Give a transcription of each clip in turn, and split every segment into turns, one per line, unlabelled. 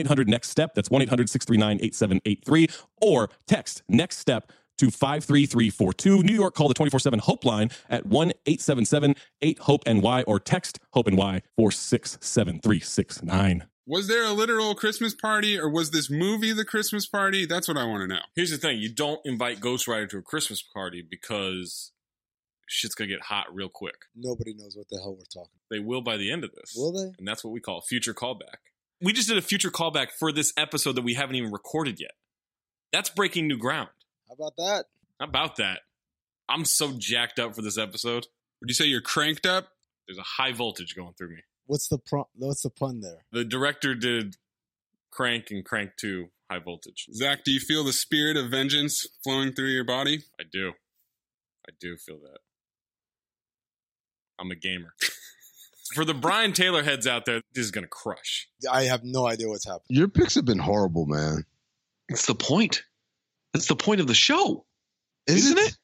800 Next Step. That's 1 800 639 8783. Or text Next Step to 53342. New York, call the 24 7 Hope line at 1 877 8 HOPE NY or text HOPE NY 467369.
Was there a literal Christmas party or was this movie the Christmas party? That's what I want to know.
Here's the thing: you don't invite Ghost Rider to a Christmas party because shit's gonna get hot real quick.
Nobody knows what the hell we're talking
They will by the end of this.
about. Will they?
And that's what we call future callback. We just did a future callback for this episode that we haven't even recorded yet. That's breaking new ground.
How about that?
How about that? I'm so jacked up for this episode.
Would you say you're cranked up?
There's a high voltage going through me.
What's the pro- What's the pun there?
The director did Crank and Crank 2 high voltage.
Zach, do you feel the spirit of vengeance flowing through your body?
I do. I do feel that. I'm a gamer. for the Brian Taylor heads out there, this is going to crush.
I have no idea what's happening.
Your picks have been horrible, man.
It's the point. It's the point of the show, Isn't it?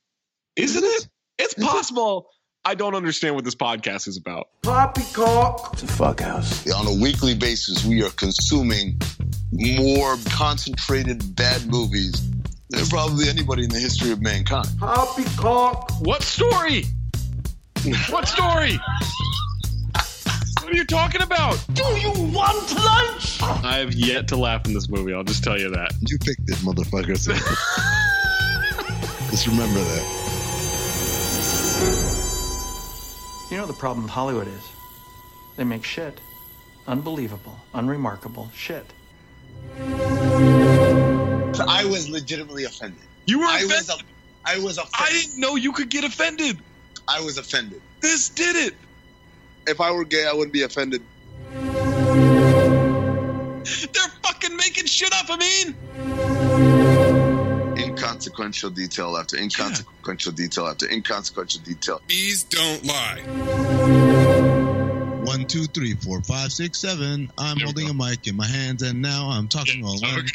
isn't
Is
it? It's possible. I don't understand what this podcast is about.
On a weekly basis, we are consuming more concentrated bad movies than probably anybody in the history of mankind.
What story? What story? what are you talking about? Do you want lunch? I've yet to laugh in this movie. I'll just tell you that.
You picked it, motherfucker. Just remember that.
You know the problem with Hollywood is? They make shit. Unbelievable, unremarkable shit.
I was legitimately offended.
You were
I
offended.
was, a, I was
I
offended.
didn't know you could get offended.
I was offended.
This did it.
If I were gay, I wouldn't be offended.
They're fucking making shit up. I mean,
Inconsequential detail after inconsequential detail after inconsequential detail.
Bees don't lie.
One, two, three, four, five, six, seven. I'm
There we
holding a mic in my hands, and now I'm talking all alone.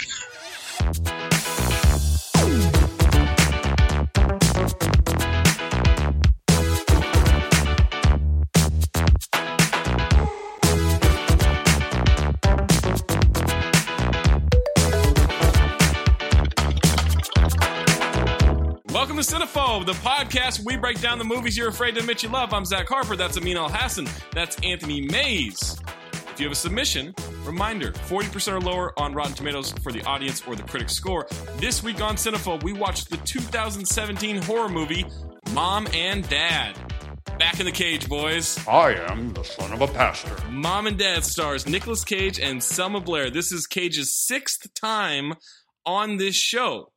Welcome to Cinephobe, the podcast where we break down the movies you're afraid to admit you love. I'm Zach Harper. That's Amin Al Hassan. That's Anthony Mays. If you have a submission, reminder 40% or lower on Rotten Tomatoes for the audience or the critic score. This week on Cinephobe, we watched the 2017 horror movie Mom and Dad. Back in the cage, boys.
I am the son of a pastor.
Mom and Dad stars Nicolas Cage and Selma Blair. This is Cage's sixth time on this show.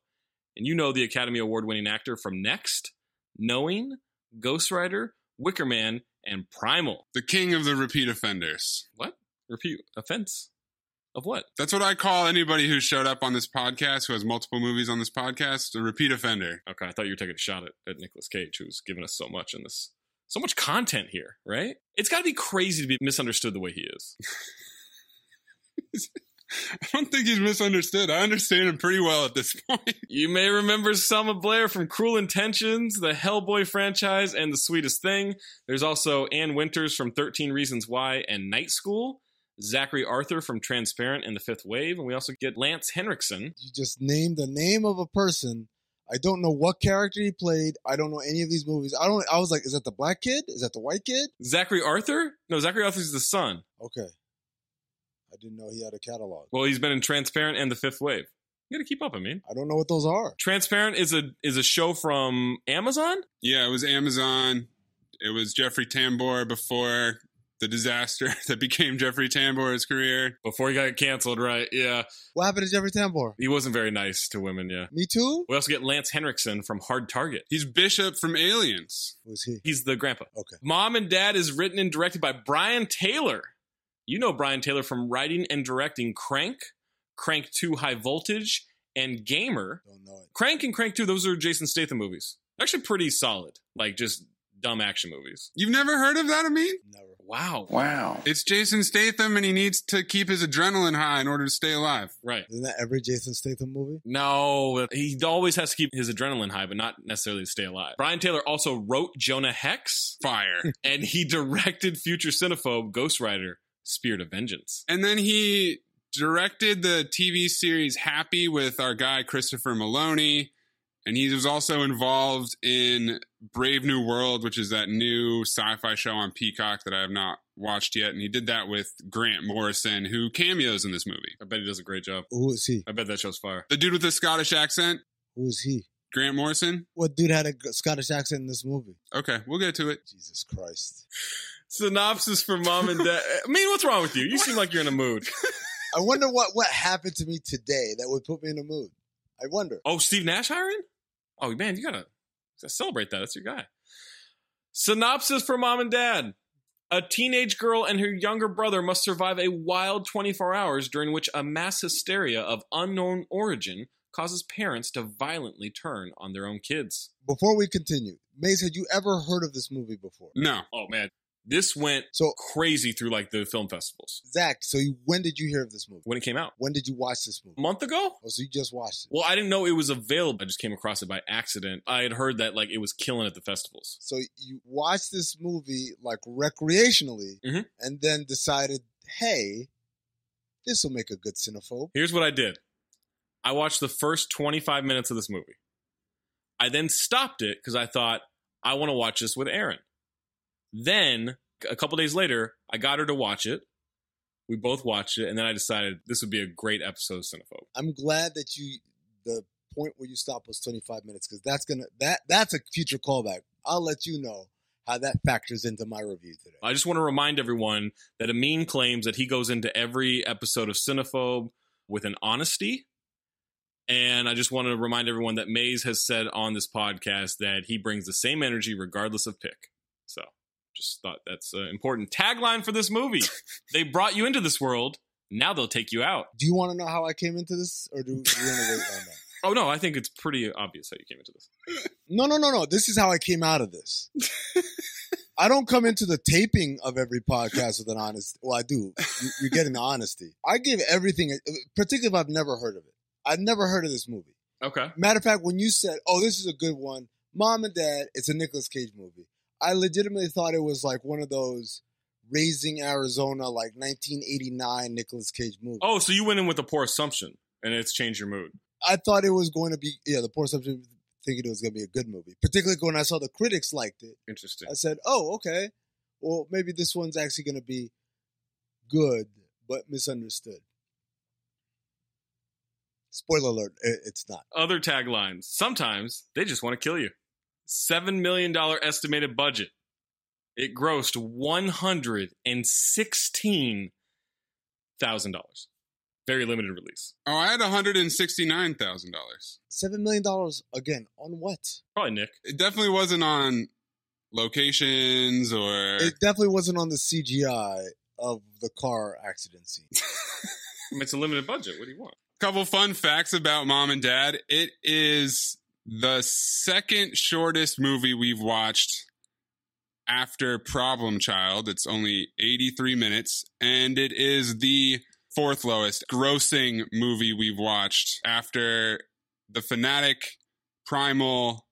And you know the Academy Award winning actor from Next, Knowing, Ghost Rider, Wicker Man, and Primal.
The king of the repeat offenders.
What? Repeat offense? Of what?
That's what I call anybody who showed up on this podcast, who has multiple movies on this podcast, a repeat offender.
Okay, I thought you were taking a shot at, at Nicolas Cage, who's given us so much in this so much content here, right? It's got to be crazy to be misunderstood the way he is.
I don't think he's misunderstood. I understand him pretty well at this point.
You may remember Selma Blair from Cruel Intentions, the Hellboy franchise, and The Sweetest Thing. There's also Ann Winters from 13 Reasons Why and Night School, Zachary Arthur from Transparent and The Fifth Wave, and we also get Lance Henriksen.
You just named the name of a person. I don't know what character he played. I don't know any of these movies. I don't. I was like, is that the black kid? Is that the white kid?
Zachary Arthur? No, Zachary Arthur's the son.
Okay. I didn't know he had a catalog.
Well, he's been in Transparent and The Fifth Wave. You gotta keep up, I mean.
I don't know what those are.
Transparent is a is a show from Amazon.
Yeah, it was Amazon. It was Jeffrey Tambor before the disaster that became Jeffrey Tambor's career.
Before he got canceled, right? Yeah.
What happened to Jeffrey Tambor?
He wasn't very nice to women, yeah.
Me too.
We also get Lance Henriksen from Hard Target.
He's Bishop from Aliens.
Was he?
He's the grandpa.
Okay.
Mom and Dad is written and directed by Brian Taylor. You know Brian Taylor from writing and directing Crank, Crank 2 High Voltage, and Gamer.
Don't know it.
Crank and Crank 2, those are Jason Statham movies. Actually pretty solid. Like just dumb action movies.
You've never heard of that, I mean?
Never.
Wow.
Wow.
It's Jason Statham, and he needs to keep his adrenaline high in order to stay alive.
Right.
Isn't that every Jason Statham movie?
No, he always has to keep his adrenaline high, but not necessarily stay alive. Brian Taylor also wrote Jonah Hex,
Fire.
and he directed future cinephobe Ghost Rider, Spirit of Vengeance.
and then he directed the TV series Happy with our guy Christopher Maloney. And he was also involved in Brave New World, which is that new sci fi show on Peacock that I have not watched yet. And he did that with Grant Morrison, who cameos in this movie.
I bet he does a great job.
Who is he?
I bet that show's fire.
The dude with the Scottish accent,
Who is he?
Grant Morrison.
What dude had a g- Scottish accent in this movie?
Okay, we'll get to it.
Jesus Christ.
Synopsis for mom and dad. I mean, what's wrong with you? You seem like you're in a mood.
I wonder what what happened to me today that would put me in the mood. I wonder.
Oh, Steve Nash hiring? Oh man, you gotta, you gotta celebrate that. That's your guy. Synopsis for mom and dad. A teenage girl and her younger brother must survive a wild 24 hours during which a mass hysteria of unknown origin causes parents to violently turn on their own kids.
Before we continue, Maze, had you ever heard of this movie before?
No.
Oh man, this went
So,
crazy through like the film festivals
Zach, so you, when did you hear of this movie?
when it came out.
When did you watch this movie?
A month ago?
Oh, so you just watched it.
Well, I didn't know it was available. I just came across it by accident. I had heard that like it was killing at the festivals.
So you watched this movie like recreationally
Mhm.
and then decided, hey, this will make a good cinephobe.
Here's what I did. I watched the first 25 minutes of this movie. I then stopped it because I thought, I want to watch this with Aaron. Then, a couple days later, I got her to watch it. We both watched it, and then I decided this would be a great episode of Cinephobe.
I'm glad that you, the point where you stopped was 25 minutes because that's going to, that that's a future callback. I'll let you know how that factors into my review today.
I just want to remind everyone that Amin claims that he goes into every episode of Cinephobe with an honesty. And I just want to remind everyone that Mays has said on this podcast that he brings the same energy regardless of pick. So just thought that's an important tagline for this movie. they brought you into this world. Now they'll take you out.
Do you want to know how I came into this or do you want to wait on that?
Oh, no, I think it's pretty obvious how you came into this.
No, no, no, no. This is how I came out of this. I don't come into the taping of every podcast with an honest. Well, I do. You, you're getting the honesty. I give everything, uh, particularly if I've never heard of it. I've never heard of this movie.
Okay.
Matter of fact, when you said, "Oh, this is a good one," Mom and Dad, it's a Nicolas Cage movie. I legitimately thought it was like one of those Raising Arizona, like 1989 Nicolas Cage movie.
Oh, so you went in with a poor assumption and it's changed your mood.
I thought it was going to be yeah. The poor subject thinking it was going to be a good movie, particularly when I saw the critics liked it.
Interesting.
I said, "Oh, okay. Well, maybe this one's actually going to be good, but misunderstood." Spoiler alert: i- It's not.
other taglines. Sometimes they just want to kill you. $7 million estimated budget. It grossed $116,000. Very limited release.
Oh, I had $169,000.
Seven million dollars again on what?
Probably Nick.
It definitely wasn't on locations or.
It definitely wasn't on the CGI of the car accident scene.
I mean, it's a limited budget. What do you want?
couple fun facts about mom and dad it is the second shortest movie we've watched after Problem Child. It's only 83 minutes, and it is the fourth lowest grossing movie we've watched after The Fanatic, Primal,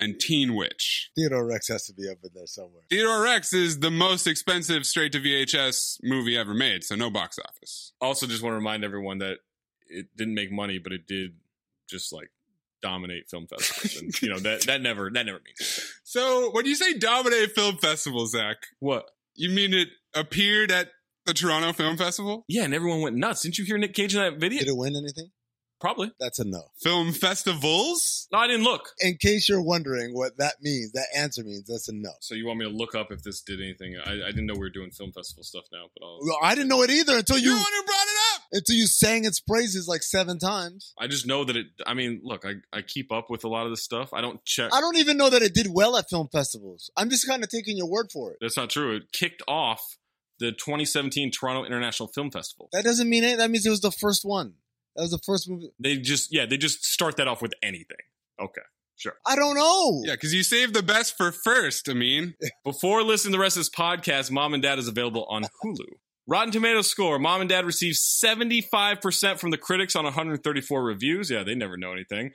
and Teen Witch.
Theodore Rex has to be up in there somewhere.
Theodore Rex is the most expensive straight to VHS movie ever made, so no box office.
Also, just want to remind everyone that it didn't make money, but it did just like dominate film festivals. and, you know that that never that never means anything.
So when you say dominate film festival, Zach,
what.
you mean it appeared at the Toronto Film Festival?
Yeah, and everyone went nuts. Didn't you hear Nick Cage in that video?
Did it win anything?
Probably.
That's a no.
Film festivals?
No, I didn't look.
In case you're wondering what that means, that answer means that's a no.
So you want me to look up if this did anything? I, I didn't know we were doing film festival stuff now, but I'll,
Well, I didn't know it either until
You're
you
the one who brought it up!
until you sang its praises like seven times.
I just know that it. I mean, look, I, I keep up with a lot of this stuff. I don't check.
I don't even know that it did well at film festivals. I'm just kind of taking your word for it.
That's not true. It kicked off the 2017 Toronto International Film Festival.
That doesn't mean it. That means it was the first one. That was the first movie.
They just yeah, they just start that off with anything. Okay.
I don't know.
Yeah, because you saved the best for first, I mean.
Before listening to the rest of this podcast, Mom and Dad is available on Hulu. Rotten Tomatoes score: Mom and Dad received seventy five percent from the critics on one hundred thirty four reviews. Yeah, they never know anything.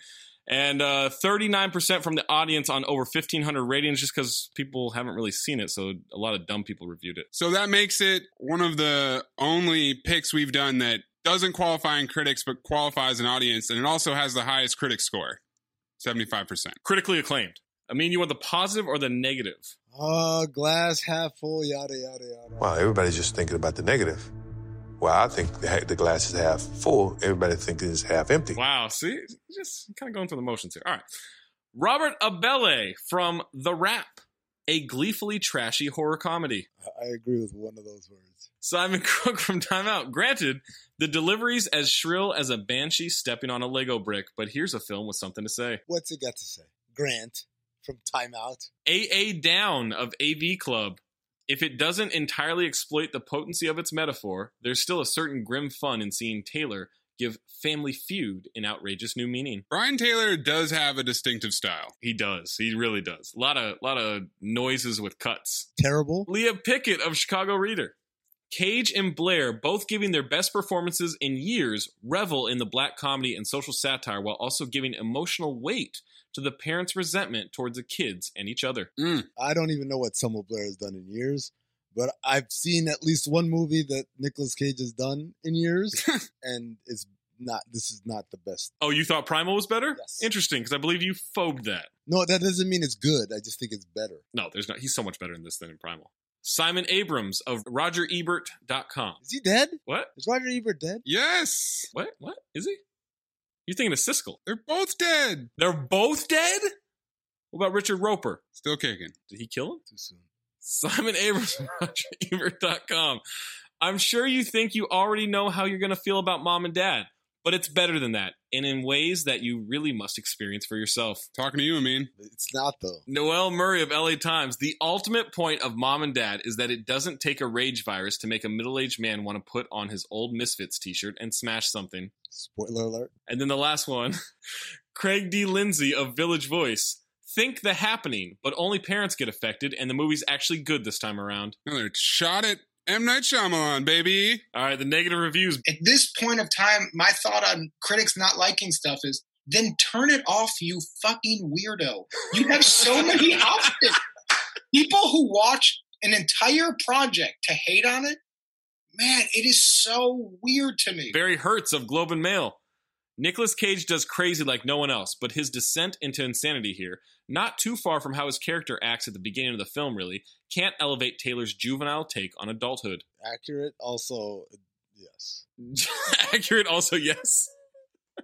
And thirty nine percent from the audience on over fifteen hundred ratings, just because people haven't really seen it. So a lot of dumb people reviewed it.
So that makes it one of the only picks we've done that doesn't qualify in critics but qualifies in audience, and it also has the highest critic score 75%.
Critically acclaimed. I mean, you want the positive or the negative?
Uh, glass half full, yada yada yada.
Wow, everybody's just thinking about the negative. Well, I think the, ha- the glass is half full. Everybody thinks it's half empty.
Wow, see, just kind of going through the motions here. All right. Robert Abele from The Rap, a gleefully trashy horror comedy.
I- I agree with one of those words.
Simon Crook from Time Out. Granted, the delivery's as shrill as a banshee stepping on a Lego brick, but here's a film with something to say.
What's it got to say? Grant from Time Out.
AA Down of AV Club. If it doesn't entirely exploit the potency of its metaphor, there's still a certain grim fun in seeing Taylor give Family Feud an outrageous new meaning.
Brian Taylor does have a distinctive style.
He does. He really does. A lot of lot of noises with cuts.
Terrible.
Leah Pickett of Chicago Reader. Cage and Blair, both giving their best performances in years, revel in the black comedy and social satire while also giving emotional weight to the parents' resentment towards the kids and each other.
Mm.
I don't even know what Selma Blair has done in years, but I've seen at least one movie that Nicolas Cage has done in years, and it's not. This is not the best.
Oh, you thought Primal was better?
Yes.
Interesting, because I believe you phobed that.
No, that doesn't mean it's good. I just think it's better.
No, there's not. He's so much better in this than in Primal. Simon Abrams of RogerEbert.com.
Is he dead?
What?
Is Roger Ebert dead?
Yes!
What? What? Is he? You're thinking of Siskel.
They're both dead.
They're both dead? What about Richard Roper?
Still kicking.
Did he kill him?
Too soon.
Simon Abrams, RogerEbert.com. I'm sure you think you already know how you're going to feel about mom and dad, but it's better than that, and in ways that you really must experience for yourself.
Talking to you, I mean.
It's not though.
Noel Murray of LA Times. The ultimate point of mom and dad is that it doesn't take a rage virus to make a middle aged man want to put on his old Misfits t shirt and smash something.
Spoiler alert.
And then the last one, Craig D. Lindsay of Village Voice. Think the happening, but only parents get affected, and the movie's actually good this time around.
Another shot at M. Night Shyamalan, baby.
All right, the negative reviews.
At this point of time, my thought on critics not liking stuff is then turn it off, you fucking weirdo. You have so many options. People who watch an entire project to hate on it, man, it is so weird to me.
Barry Hertz of Globe and Mail. Nicolas Cage does crazy like no one else, but his descent into insanity here, not too far from how his character acts at the beginning of the film, really, can't elevate Taylor's juvenile take on adulthood.
Accurate. Also, yes.
Accurate, also, yes.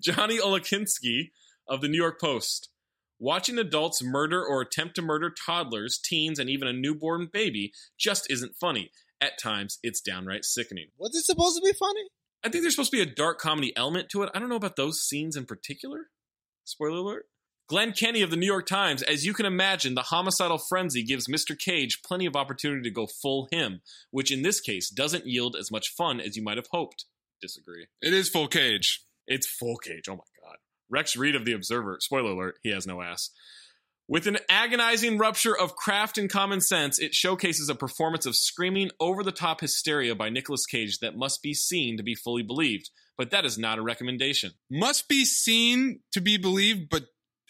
Johnny Olakinski of the New York Post. Watching adults murder or attempt to murder toddlers, teens, and even a newborn baby just isn't funny. At times, it's downright sickening.
Was it supposed to be funny?
I think there's supposed to be a dark comedy element to it. I don't know about those scenes in particular. Spoiler alert. Glenn Kenny of the New York Times, as you can imagine, the homicidal frenzy gives Mr. Cage plenty of opportunity to go full him, which in this case doesn't yield as much fun as you might have hoped. Disagree.
It is full cage.
It's full cage. Oh my god. Rex Reed of the Observer. Spoiler alert, he has no ass. With an agonizing rupture of craft and common sense, it showcases a performance of screaming over the top hysteria by Nicolas Cage that must be seen to be fully believed. But that is not a recommendation.
Must be seen to be believed, but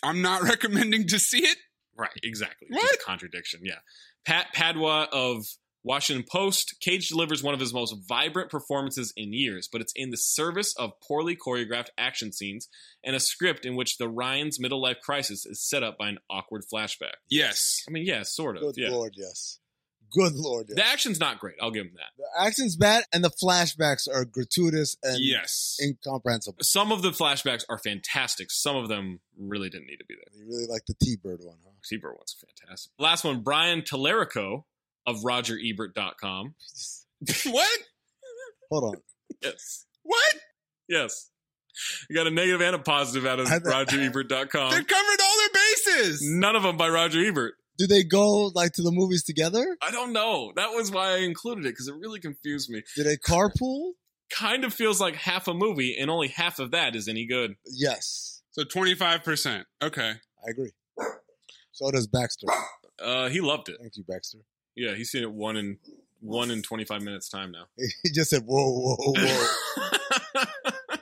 I'm not recommending to see it.
Right, exactly. What? Just a contradiction, yeah. Pat Padua of Washington Post, Cage delivers one of his most vibrant performances in years, but it's in the service of poorly choreographed action scenes and a script in which the Ryan's middle life crisis is set up by an awkward flashback.
Yes.
I mean, yeah, sort of.
Good
yeah.
lord, yes. Good lord, yes.
The action's not great. I'll give him that.
the action's bad, and the flashbacks are gratuitous and
yes.
incomprehensible.
Some of the flashbacks are fantastic. Some of them really didn't need to be there.
You really like the T-Bird one, huh?
Ebert one's fantastic. Last one, Brian Telerico of RogerEbert.com.
what?
Hold on.
Yes.
What?
Yes. You got a negative and a positive out of
I thought-
They've
RogerEbert.com.
covered all their bases.
None of them by Roger Ebert.
Do they go like to the movies together?
I don't know. That was why I included it because it really confused me.
Do they carpool?
Kind of feels like half a movie, and only half of that is any good.
Yes,
So 25%. Okay.
I agree. So does Baxter.
Uh, he loved it.
Thank you, Baxter.
Yeah, he's seen it one in one in twenty five minutes time now.
He just said, "Whoa, whoa, whoa."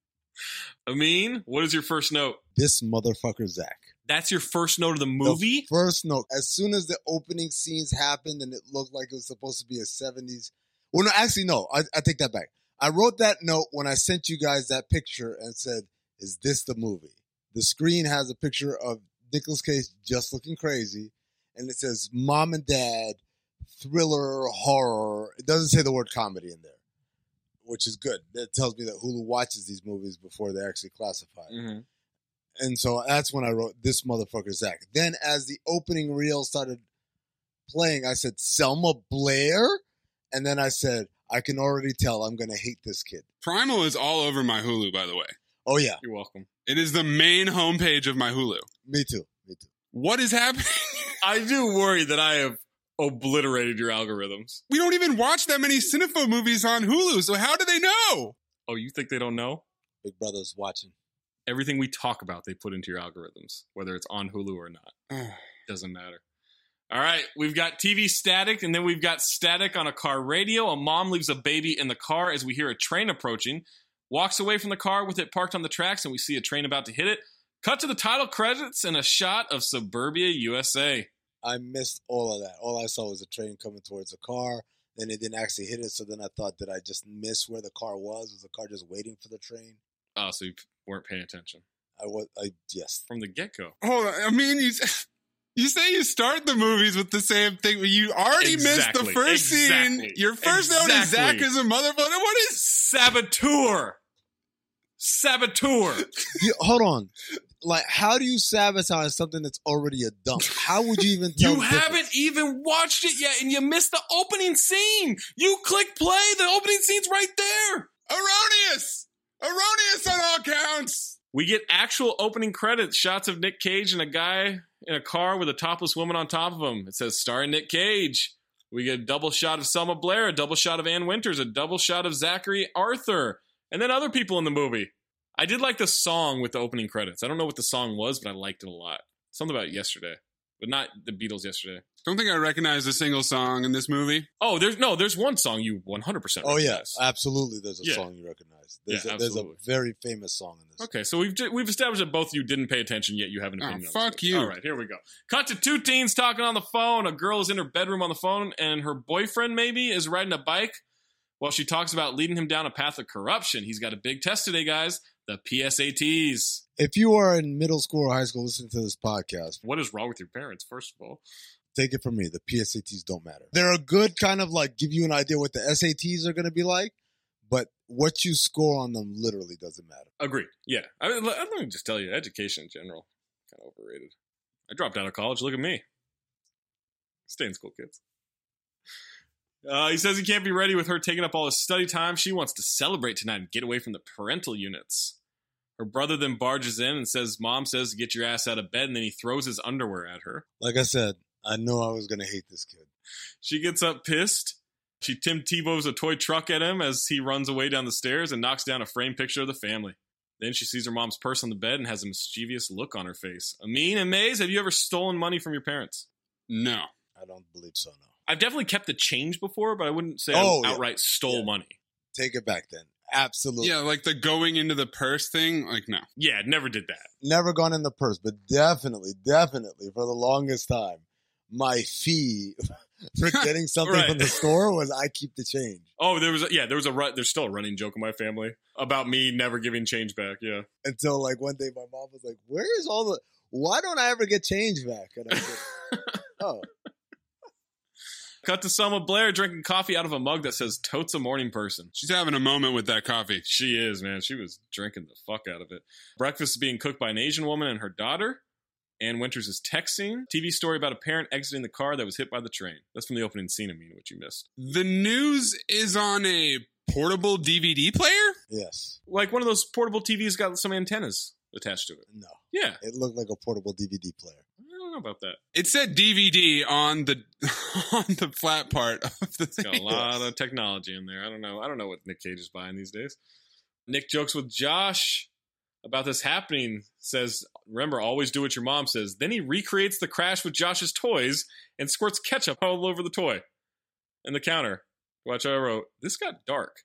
Amin, what is your first note?
this motherfucker, Zach.
That's your first note of the movie.
The first note. As soon as the opening scenes happened and it looked like it was supposed to be a 70s. Well, no, actually, no. I, I take that back. I wrote that note when I sent you guys that picture and said, Is this the movie? The screen has a picture of Nicolas Cage just looking crazy. And it says, Mom and Dad, thriller, horror. It doesn't say the word comedy in there, which is good. That tells me that Hulu watches these movies before they actually classify it.
Mhm.
And so that's when I wrote this motherfucker Zach. Then as the opening reel started playing, I said Selma Blair, and then I said I can already tell I'm gonna hate this kid.
Primal is all over my Hulu, by the way.
Oh yeah,
You're welcome.
It is the main homepage of my Hulu.
me too, me too.
What is happening?
I do worry that I have obliterated your algorithms.
We don't even watch that many Cinepho movies on Hulu, so how do they know?
Oh, you think they don't know?
Big Brother's watching.
Everything we talk about, they put into your algorithms, whether it's on Hulu or not. Doesn't matter. All right, we've got TV static, and then we've got static on a car radio. A mom leaves a baby in the car as we hear a train approaching, walks away from the car with it parked on the tracks, and we see a train about to hit it. Cut to the title credits and a shot of suburbia USA.
I missed all of that. All I saw was a train coming towards a car. Then it didn't actually hit it, so then I thought, did I just miss where the car was? Was the car just waiting for the train?
Oh, so you weren't paying attention
I was, I yes.
from the get go.
Hold on. I mean, you, s- you say you start the movies with the same thing, but you already missed the
Exactly.
first scene.
Exactly.
Your first note is Zach
Exactly.
is a motherfucker. What is?
Saboteur! Saboteur!
You- hold on. Like, how do you sabotage something that's already a dump? How would you even tell?
You
the difference?
haven't even watched it yet, and you missed the opening scene. You click play. The opening scene's right there.
Erroneous! Erroneous on all counts!
We get actual opening credits, shots of Nick Cage and a guy in a car with a topless woman on top of him. It says starring Nick Cage. We get a double shot of Selma Blair, a double shot of Ann Winters, a double shot of Zachary Arthur, and then other people in the movie. I did like the song with the opening credits. I don't know what the song was, but I liked it a lot. Something about yesterday, but not the Beatles yesterday.
Don't think I recognize a single song in this movie.
Oh, there's no, there's one song you 100%.
Oh yeah,
recognize.
absolutely. There's a
Yeah.
song you recognize. There's,
Yeah,
a, there's a
absolutely.
very famous song in this.
Okay, so we've ju- we've established that both of you didn't pay attention yet. You have an
Oh,
opinion. on this
fuck
case.
you.
All right, here we go. Cut to two teens talking on the phone. A girl is in her bedroom on the phone, and her boyfriend maybe is riding a bike while she talks about leading him down a path of corruption. He's got a big test today, guys. The PSATs.
If you are in middle school or high school, listen to this podcast.
What is wrong with your parents? First of all,
Take it from me. The PSATs don't matter. They're a good kind of like give you an idea what the SATs are going to be like, but what you score on them literally doesn't matter.
agreed. Yeah, I mean, let, let me just tell you, education in general kind of overrated. I dropped out of college. Look at me. Stay in school, kids. Uh, he says he can't be ready with her taking up all his study time. She wants to celebrate tonight and get away from the parental units. Her brother then barges in and says, Mom says to get your ass out of bed, and then he throws his underwear at her.
Like I said, I know I was going to hate this kid.
She gets up pissed. She Tim Tebow's a toy truck at him as he runs away down the stairs and knocks down a framed picture of the family. Then she sees her mom's purse on the bed and has a mischievous look on her face. Amin and Maze, have you ever stolen money from your parents?
No.
I don't believe so. No.
I've definitely kept the change before, but I wouldn't say
Oh,
I
yeah.
outright stole money.
Take it back then. Absolutely.
Yeah, like the going into the purse thing. Like no.
Yeah, never did that.
Never gone in the purse, but definitely, definitely for the longest time, my fee for getting something
Right.
from the store was I keep the change.
Oh, there was a, yeah, there was a run, there's still a running joke in my family about me never giving change back. Yeah,
Until like one day my mom was like, Where is all the why don't I ever get change back? And I was like, Oh,
cut to Selma Blair drinking coffee out of a mug that says "Totes a morning person."
She's having a moment with that coffee.
She is, man. She was drinking the fuck out of it. Breakfast is being cooked by an Asian woman and her daughter. Ann Winters is texting. TV story about a parent exiting the car that was hit by the train. That's from the opening scene, I mean, which you missed.
The news is on a portable DVD player.
yes.
Like one of those portable TVs got some antennas attached to it.
No.
Yeah.
It looked like a portable DVD player.
I don't know about that.
It said DVD on the on the flat part of the
It's got
thing.
a lot of technology in there. I don't know. I don't know what Nick Cage is buying these days. Nick jokes with Josh about this happening. Says, "Remember, always do what your mom says." Then he recreates the crash with Josh's toys and squirts ketchup all over the toy and the counter. Watch, I wrote this got dark.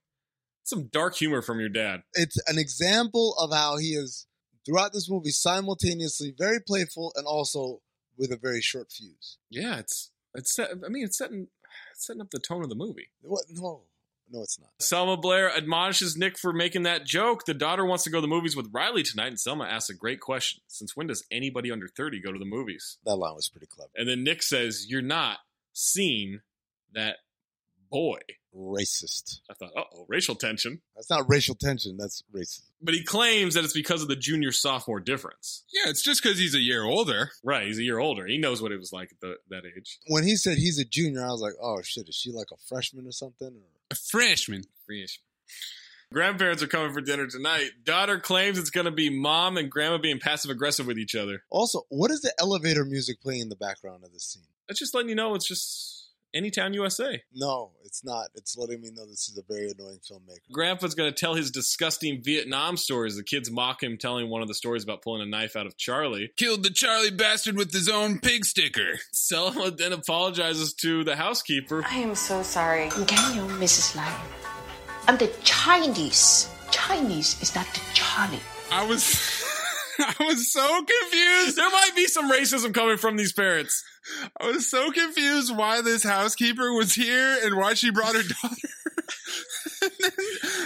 Some dark humor from your dad.
It's an example of how he is throughout this movie simultaneously very playful and also with a very short fuse.
Yeah, it's it's. Set, I mean, it's setting it's setting up the tone of the movie.
What no. No, it's not.
Selma Blair admonishes Nick for making that joke. The daughter wants to go to the movies with Riley tonight, and Selma asks a great question. Since when does anybody under 30 go to the movies?
That line was pretty clever.
And then Nick says, You're not seeing that boy.
Racist.
I thought, uh oh, racial tension.
That's not racial tension. That's racism.
But he claims that it's because of the junior sophomore difference.
Yeah, it's just because he's a year older.
Right, he's a year older. He knows what it was like at the, that age.
When he said he's a junior, I was like, oh shit, is she like a freshman or something? Or
A freshman.
Freeish. Grandparents are coming for dinner tonight. Daughter claims it's going to be mom and grandma being passive aggressive with each other.
also, what is the elevator music playing in the background of this scene?
That's just letting you know it's just Anytown USA.
No, it's not. It's letting me know this is a very annoying filmmaker.
Grandpa's going to tell his disgusting Vietnam stories. The kids mock him telling one of the stories about pulling a knife out of Charlie.
Killed the Charlie bastard with his own pig sticker.
Selma then apologizes to the housekeeper.
I am so sorry. Daniel, Mrs. Lion. I'm the Chinese. Chinese is not the Charlie.
I was I was so confused.
There might be some racism coming from these parents.
I was so confused why this housekeeper was here and why she brought her daughter.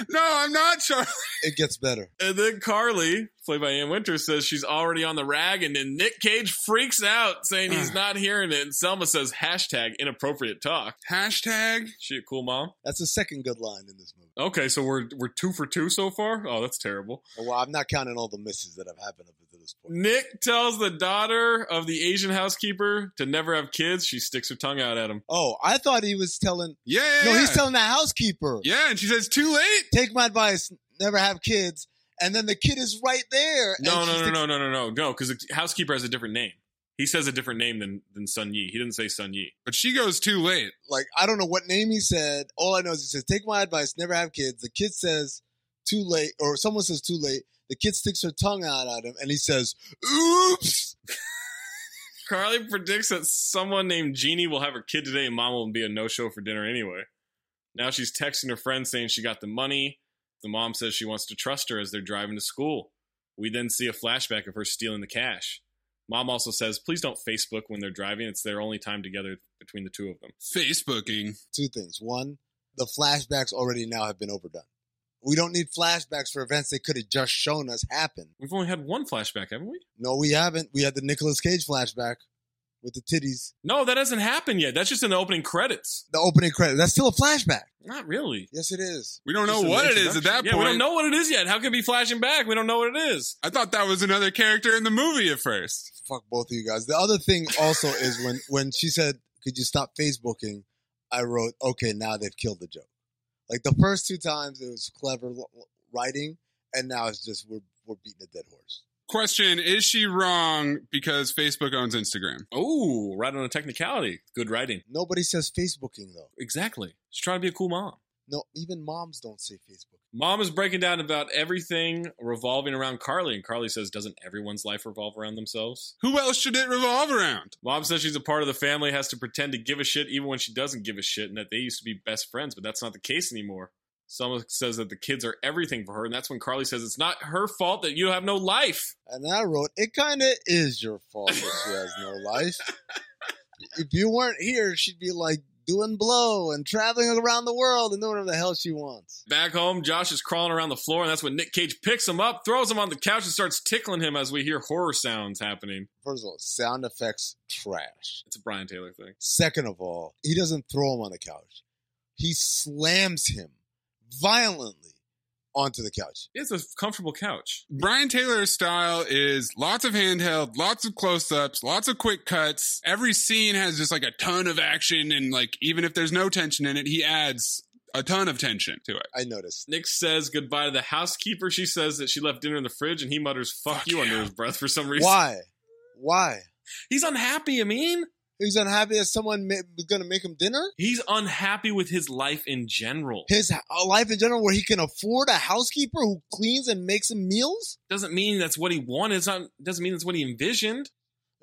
no, I'm not Charlie.
It gets better.
And then Carly, played by Ann Winter, says she's already on the rag. And then Nick Cage freaks out, saying he's not hearing it. And Selma says, hashtag inappropriate talk.
Hashtag.
She a cool mom.
That's the second good line in this movie.
Okay, so we're we're two for two so far. Oh, that's terrible.
Oh, Well, I'm not counting all the misses that have happened up to this point.
Nick tells the daughter of the Asian housekeeper to never have kids. She sticks her tongue out at him.
Oh, I thought he was telling.
Yeah, yeah,
No,
yeah.
he's telling the housekeeper.
Yeah, and she says too late.
Take my advice. Never have kids. And then the kid is right there. and
No,
she
no, no,
sticks-
no, no, no, no, no, because the housekeeper has a different name. He says a different name than than Sun Yi. He didn't say Sun Yi.
But she goes too late.
like I don't know what name he said. All I know is he says, "Take my advice, never have kids." The kid says, "Too late," or someone says, "Too late." The kid sticks her tongue out at him, and he says, "Oops."
Carly predicts that someone named Jeannie will have her kid today, and mom will be a no show for dinner anyway. Now she's texting her friend saying she got the money. The mom says she wants to trust her as they're driving to school. We then see a flashback of her stealing the cash. Mom also says, please don't Facebook when they're driving. It's their only time together between the two of them.
Facebooking.
Two things: one, the flashbacks already now have been overdone. We don't need flashbacks for events they could have just shown us happen.
We've only had one flashback, haven't we?
No, we haven't. We had the Nicolas Cage flashback with the titties,
No, that hasn't happened yet. That's just in the opening credits.
the opening credit. That's still a flashback.
Not really.
Yes, it is.
We don't
Just
know
in
what
the
it is at that
introduction. Yeah,
point.
we don't know what it is yet. How can it be flashing back? We don't know what it is.
I thought that was another character in the movie at first.
fuck both of you guys. The other thing also is when when she said, "Could you stop Facebooking?" I wrote, "Okay, now they've killed the joke." Like the first two times, it was clever l- l- writing, and now it's just we're we're beating a dead horse.
Question Is she wrong because Facebook owns Instagram?
Oh, right on a technicality. Good writing.
Nobody says Facebooking though.
Exactly. She's trying to be a cool mom.
No, even moms don't say Facebook.
Mom is breaking down about everything revolving around Carly, and Carly says, Doesn't everyone's life revolve around themselves?
Who else should it revolve around?
Mom says she's a part of the family, has to pretend to give a shit even when she doesn't give a shit, and that they used to be best friends, but that's not the case anymore. Someone says that the kids are everything for her, and that's when Carly says, It's not her fault that you have no life.
And I wrote, it kind of is your fault that she has no life. if you weren't here, she'd be like doing blow and traveling around the world and doing whatever the hell she wants.
Back home, Josh is crawling around the floor, and that's when Nick Cage picks him up, throws him on the couch, and starts tickling him as we hear horror sounds happening.
First of all, sound effects trash.
It's a Brian Taylor thing.
Second of all, he doesn't throw him on the couch. He slams him violently onto the couch.
It's a comfortable couch.
Brian Taylor's style is lots of handheld, lots of close ups, lots of quick cuts. Every scene has just like a ton of action, and like even if there's no tension in it, he adds a ton of tension to it.
I noticed.
Nick says goodbye to the housekeeper. She says that she left dinner in the fridge, and he mutters, fuck, you, under his breath for some reason.
Why? Why?
He's unhappy, I mean.
He's unhappy that someone ma- was going to make him dinner?
He's unhappy with his life in general.
His h- uh, life in general, where he can afford a housekeeper who cleans and makes him meals?
doesn't mean that's what he wanted. It's not, doesn't mean that's what he envisioned.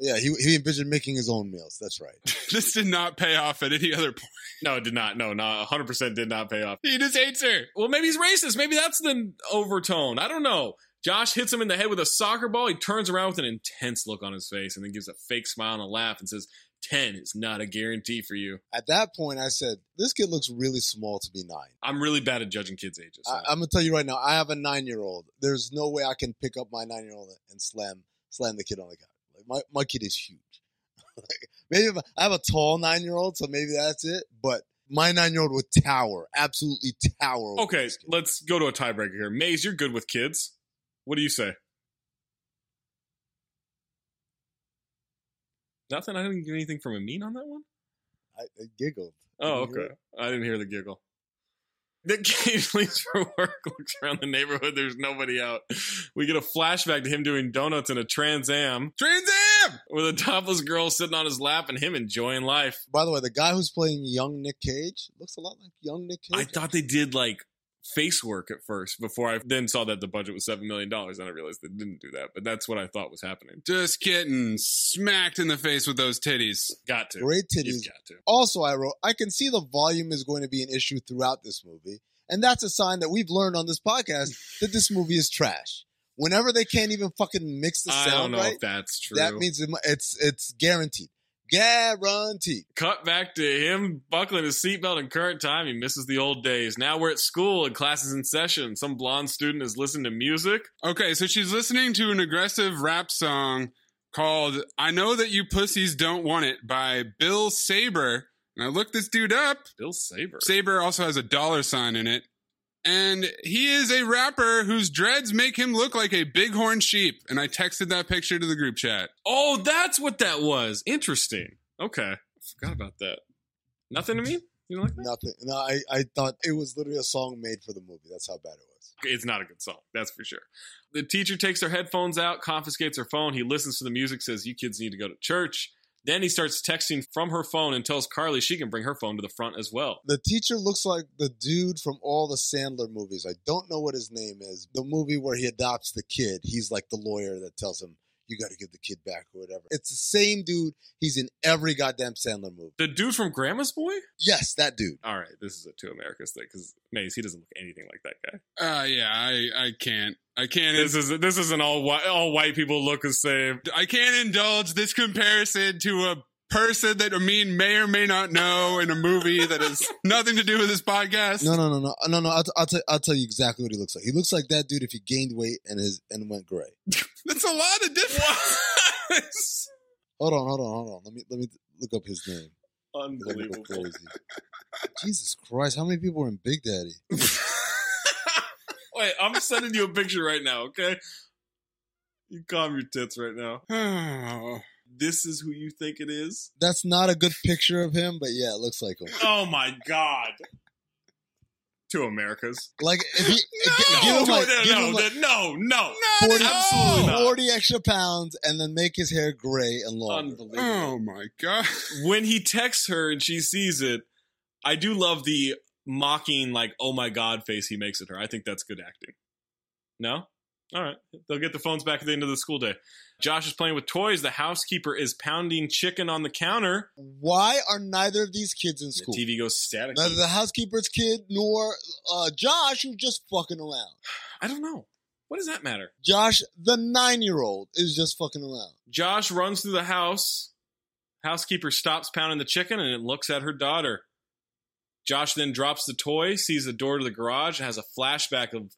Yeah, he, he envisioned making his own meals. That's right.
this did not pay off at any other point.
No, it did not. No, not 100% did not pay off.
He just hates her.
Well, maybe he's racist. Maybe that's the overtone. I don't know. Josh hits him in the head with a soccer ball. He turns around with an intense look on his face and then gives a fake smile and a laugh and says, 10 is not a guarantee for you.
At that point, I said, this kid looks really small to be nine.
I'm really bad at judging kids' ages.
I, I'm gonna tell you right now. I have a nine-year-old. There's no way I can pick up my nine-year-old and slam slam the kid on the couch. Like my my kid is huge. Like, maybe if I- I have a tall nine-year-old, so maybe that's it. But my nine-year-old would tower, absolutely tower. over
okay,
this kid.
let's go to a tiebreaker here. Maze, you're good with kids. What do you say? Nothing. I didn't get anything from a mean on that one.
I, I giggled.
Oh,
Did you hear
okay. I didn't hear the giggle. Nick Cage leaves for work, looks around the neighborhood. There's nobody out. We get a flashback to him doing donuts in a Trans Am
Trans Am!
with a topless girl sitting on his lap and him enjoying life.
By the way, the guy who's playing young Nick Cage looks a lot like young Nick Cage.
I thought they did like face work at first before I then saw that the budget was $7 million. And I realized they didn't do that, but that's what I thought was happening.
Just getting smacked in the face with those titties.
Got to.
Great
You've
titties.
got to.
Also, I wrote, I can see the volume is going to be an issue throughout this movie. And that's a sign that we've learned on this podcast that this movie is trash. Whenever they can't even fucking mix the
I don't
sound
know
right,
if that's true.
that means it mu- it's it's guaranteed. Guaranteed.
Cut back to him buckling his seatbelt in current time. He misses the old days. Now we're at school and classes in session. Some blonde student is listening to music.
Okay, so she's listening to an aggressive rap song called I Know That You Pussies Don't Want It by Bill Saber. And I looked this dude up.
Bill Saber.
Saber also has a dollar sign in it. And he is a rapper whose dreads make him look like a bighorn sheep. And I texted that picture to the group chat.
oh, that's what that was. Interesting. Okay. Forgot about that. Nothing to me? You don't like that?
Nothing. No, I, I thought it was literally a song made for the movie. That's how bad it was.
It's not a good song, that's for sure. The teacher takes her headphones out, confiscates her phone. He listens to the music, says, You kids need to go to church. Then he starts texting from her phone and tells Carly she can bring her phone to the front as well.
The teacher looks like the dude from all the Sandler movies. I don't know what his name is. The movie where he adopts the kid, he's like the lawyer that tells him, you got to give the kid back or whatever. It's the same dude. He's in every goddamn Sandler movie.
The dude from Grandma's Boy?
Yes, that dude.
all right, this is a two Americas thing because Maze he doesn't look anything like that guy.
Uh, yeah, I, I can't. I can't.
This is this is an all white all white people look the same.
I can't indulge this comparison to a person that Amin may or may not know in a movie that has nothing to do with this podcast.
No, no, no, no, no, no. I'll, t- I'll, t- I'll tell you exactly what he looks like. He looks like that dude if he gained weight and his and went gray.
That's a lot of difference.
Hold on, hold on, hold on. Let me let me look up his name. 'cause I'm gonna go
Unbelievable.
crazy. Jesus Christ! How many people are in Big Daddy?
Wait, I'm sending you a picture right now, okay? You calm your tits right now.
Oh.
This is who you think it is.
That's not a good picture of him, but yeah, it looks like him.
Oh my god. Two Americas.
Like if he
No,
g- give him like,
Oh, no,
give
no,
him like
no, no,
Not
40,
at
absolutely
all.
not.
40 extra pounds and then make his hair gray and long.
Unbelievable.
Oh my god.
when he texts her and she sees it, I do love the mocking like "oh my god" face he makes at her. I think that's good acting. No, all right, they'll get the phones back at the end of the school day. Josh is playing with toys. The housekeeper is pounding chicken on the counter.
Why are neither of these kids in school?
TV goes static.
Neither the housekeeper's kid nor uh, Josh, who's just fucking around.
I don't know. What does that matter?
Josh, the nine-year-old, is just fucking around.
Josh runs through the house. Housekeeper stops pounding the chicken and it looks at her daughter. Josh then drops the toy, sees the door to the garage, and has a flashback of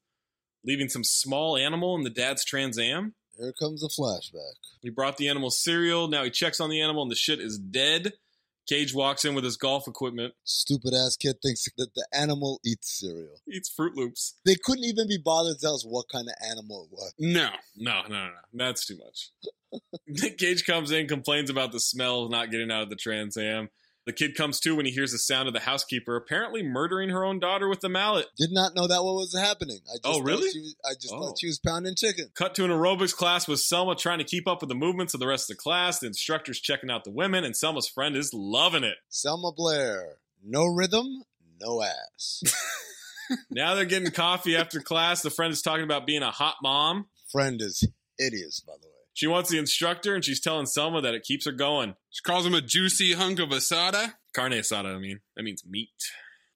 leaving some small animal in the dad's Trans Am.
Here comes a flashback.
He brought the animal cereal. Now he checks on the animal and the shit is dead. Cage walks in with his golf equipment,
Stupid ass kid thinks that the animal eats cereal.
eats Fruit Loops.
They couldn't even be bothered to tell us what kind of animal it was.
No.
No, no, no, no. That's too much. Nick Cage comes in, complains about the smell of not getting out of the Trans Am. The kid comes to when he hears the sound of the housekeeper apparently murdering her own daughter with the mallet.
Did not know that what was happening. I just
Oh,
thought
really?
She was, I just
Oh.
thought she was pounding chicken.
Cut to an aerobics class with Selma trying to keep up with the movements of the rest of the class. The instructor's checking out the women, and Selma's friend is loving it.
Selma Blair, no rhythm, no ass.
Now they're getting coffee after class. The friend is talking about being a hot mom.
Friend is hideous, by the way.
She wants the instructor, and she's telling Selma that it keeps her going.
She calls him a juicy hunk of asada.
Carne asada, I mean. That means meat.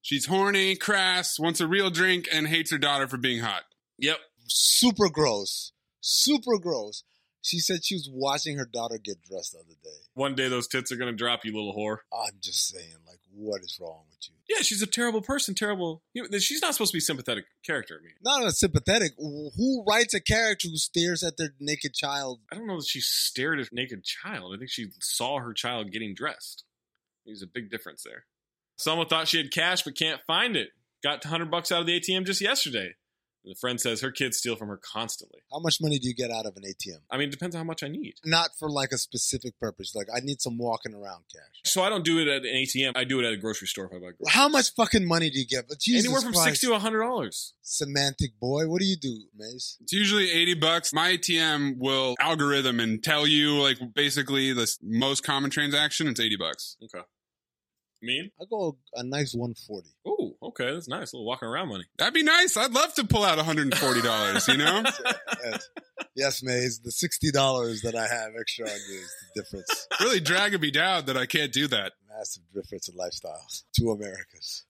She's horny, crass, wants a real drink, and hates her daughter for being hot.
Yep.
Super gross. Super gross. She said she was watching her daughter get dressed the other day.
One day those tits are going to drop, you little whore.
I'm just saying, like, what is wrong with you?
Yeah, she's a terrible person. Terrible. you know, She's not supposed to be sympathetic character. I mean,
Not a sympathetic. Who writes a character who stares at their naked child?
I don't know that she stared at a naked child. I think she saw her child getting dressed. There's a big difference there. Someone thought she had cash but can't find it. Got 100 bucks out of the ATM just yesterday. And the friend says her kids steal from her constantly.
How much money do you get out of an ATM?
I mean, it depends on how much I need.
Not for like a specific purpose. Like, I need some walking around cash.
So I don't do it at an ATM. I do it at a grocery store if I buy groceries.
How much fucking money do you get? But Jesus
Anywhere from
Christ.
60 to $100.
Semantic boy, what do you do, Mace?
It's usually 80 bucks. My ATM will algorithm and tell you, like, basically the s- most common transaction. It's 80 bucks.
Okay. Mean?
I go a nice 140.
Oh, okay. That's nice. A little walking around money.
That'd be nice. I'd love to pull out $140, you know?
Yes. yes, Maze, the $60 that I have extra on you is the difference.
really dragging me down that I can't do that.
Massive difference in lifestyles. Two Americas.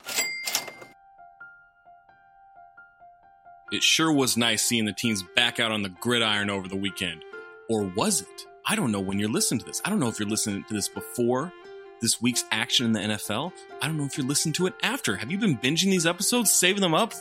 It sure was nice seeing the teams back out on the gridiron over the weekend. Or was it? I don't know when you're listening to this. I don't know if you're listening to this before this week's action in the NFL. I don't know if you're listening to it after. Have you been binging these episodes, saving them up?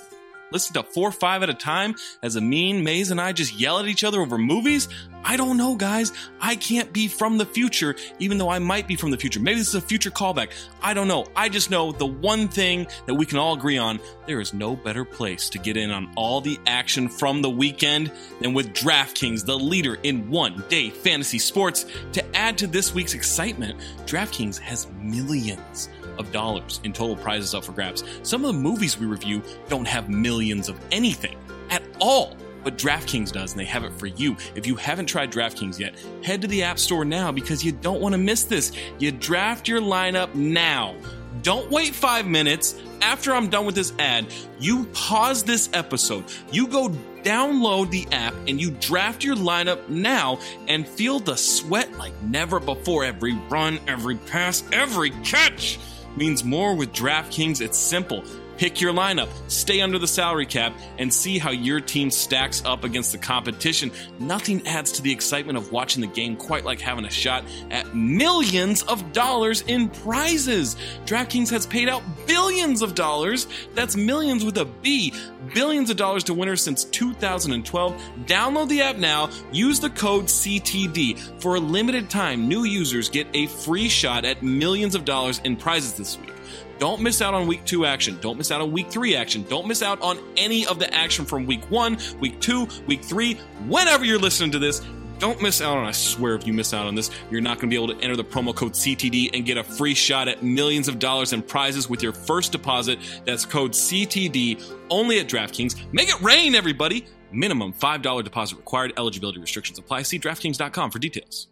Listen to four or five at a time as Amin, Maze, and I just yell at each other over movies? I don't know, guys. I can't be from the future, even though I might be from the future. Maybe this is a future callback. I don't know. I just know the one thing that we can all agree on there is no better place to get in on all the action from the weekend than with DraftKings, the leader in one day fantasy sports. To add to this week's excitement, DraftKings has millions of dollars in total prizes up for grabs. Some of the movies we review don't have millions of anything at all. But DraftKings does, and they have it for you. If you haven't tried DraftKings yet, head to the App Store now because you don't want to miss this. You draft your lineup now. Don't wait five minutes. After I'm done with this ad, you pause this episode. You go download the app and you draft your lineup now and feel the sweat like never before. Every run, every pass, every catch means more with DraftKings. It's simple. Pick your lineup, stay under the salary cap, and see how your team stacks up against the competition. Nothing adds to the excitement of watching the game quite like having a shot at millions of dollars in prizes. DraftKings has paid out billions of dollars. That's millions with a B. Billions of dollars to winners since 2012. Download the app now. Use the code CTD. For a limited time, new users get a free shot at millions of dollars in prizes this week. Don't miss out on week two action. Don't miss out on week three action. Don't miss out on any of the action from week one, week two, week three. Whenever you're listening to this, don't miss out on. I swear, if you miss out on this, you're not going to be able to enter the promo code CTD and get a free shot at millions of dollars in prizes with your first deposit. That's code CTD only at DraftKings. Make it rain, everybody! Minimum $5 deposit required. Eligibility restrictions apply. See DraftKings.com for details.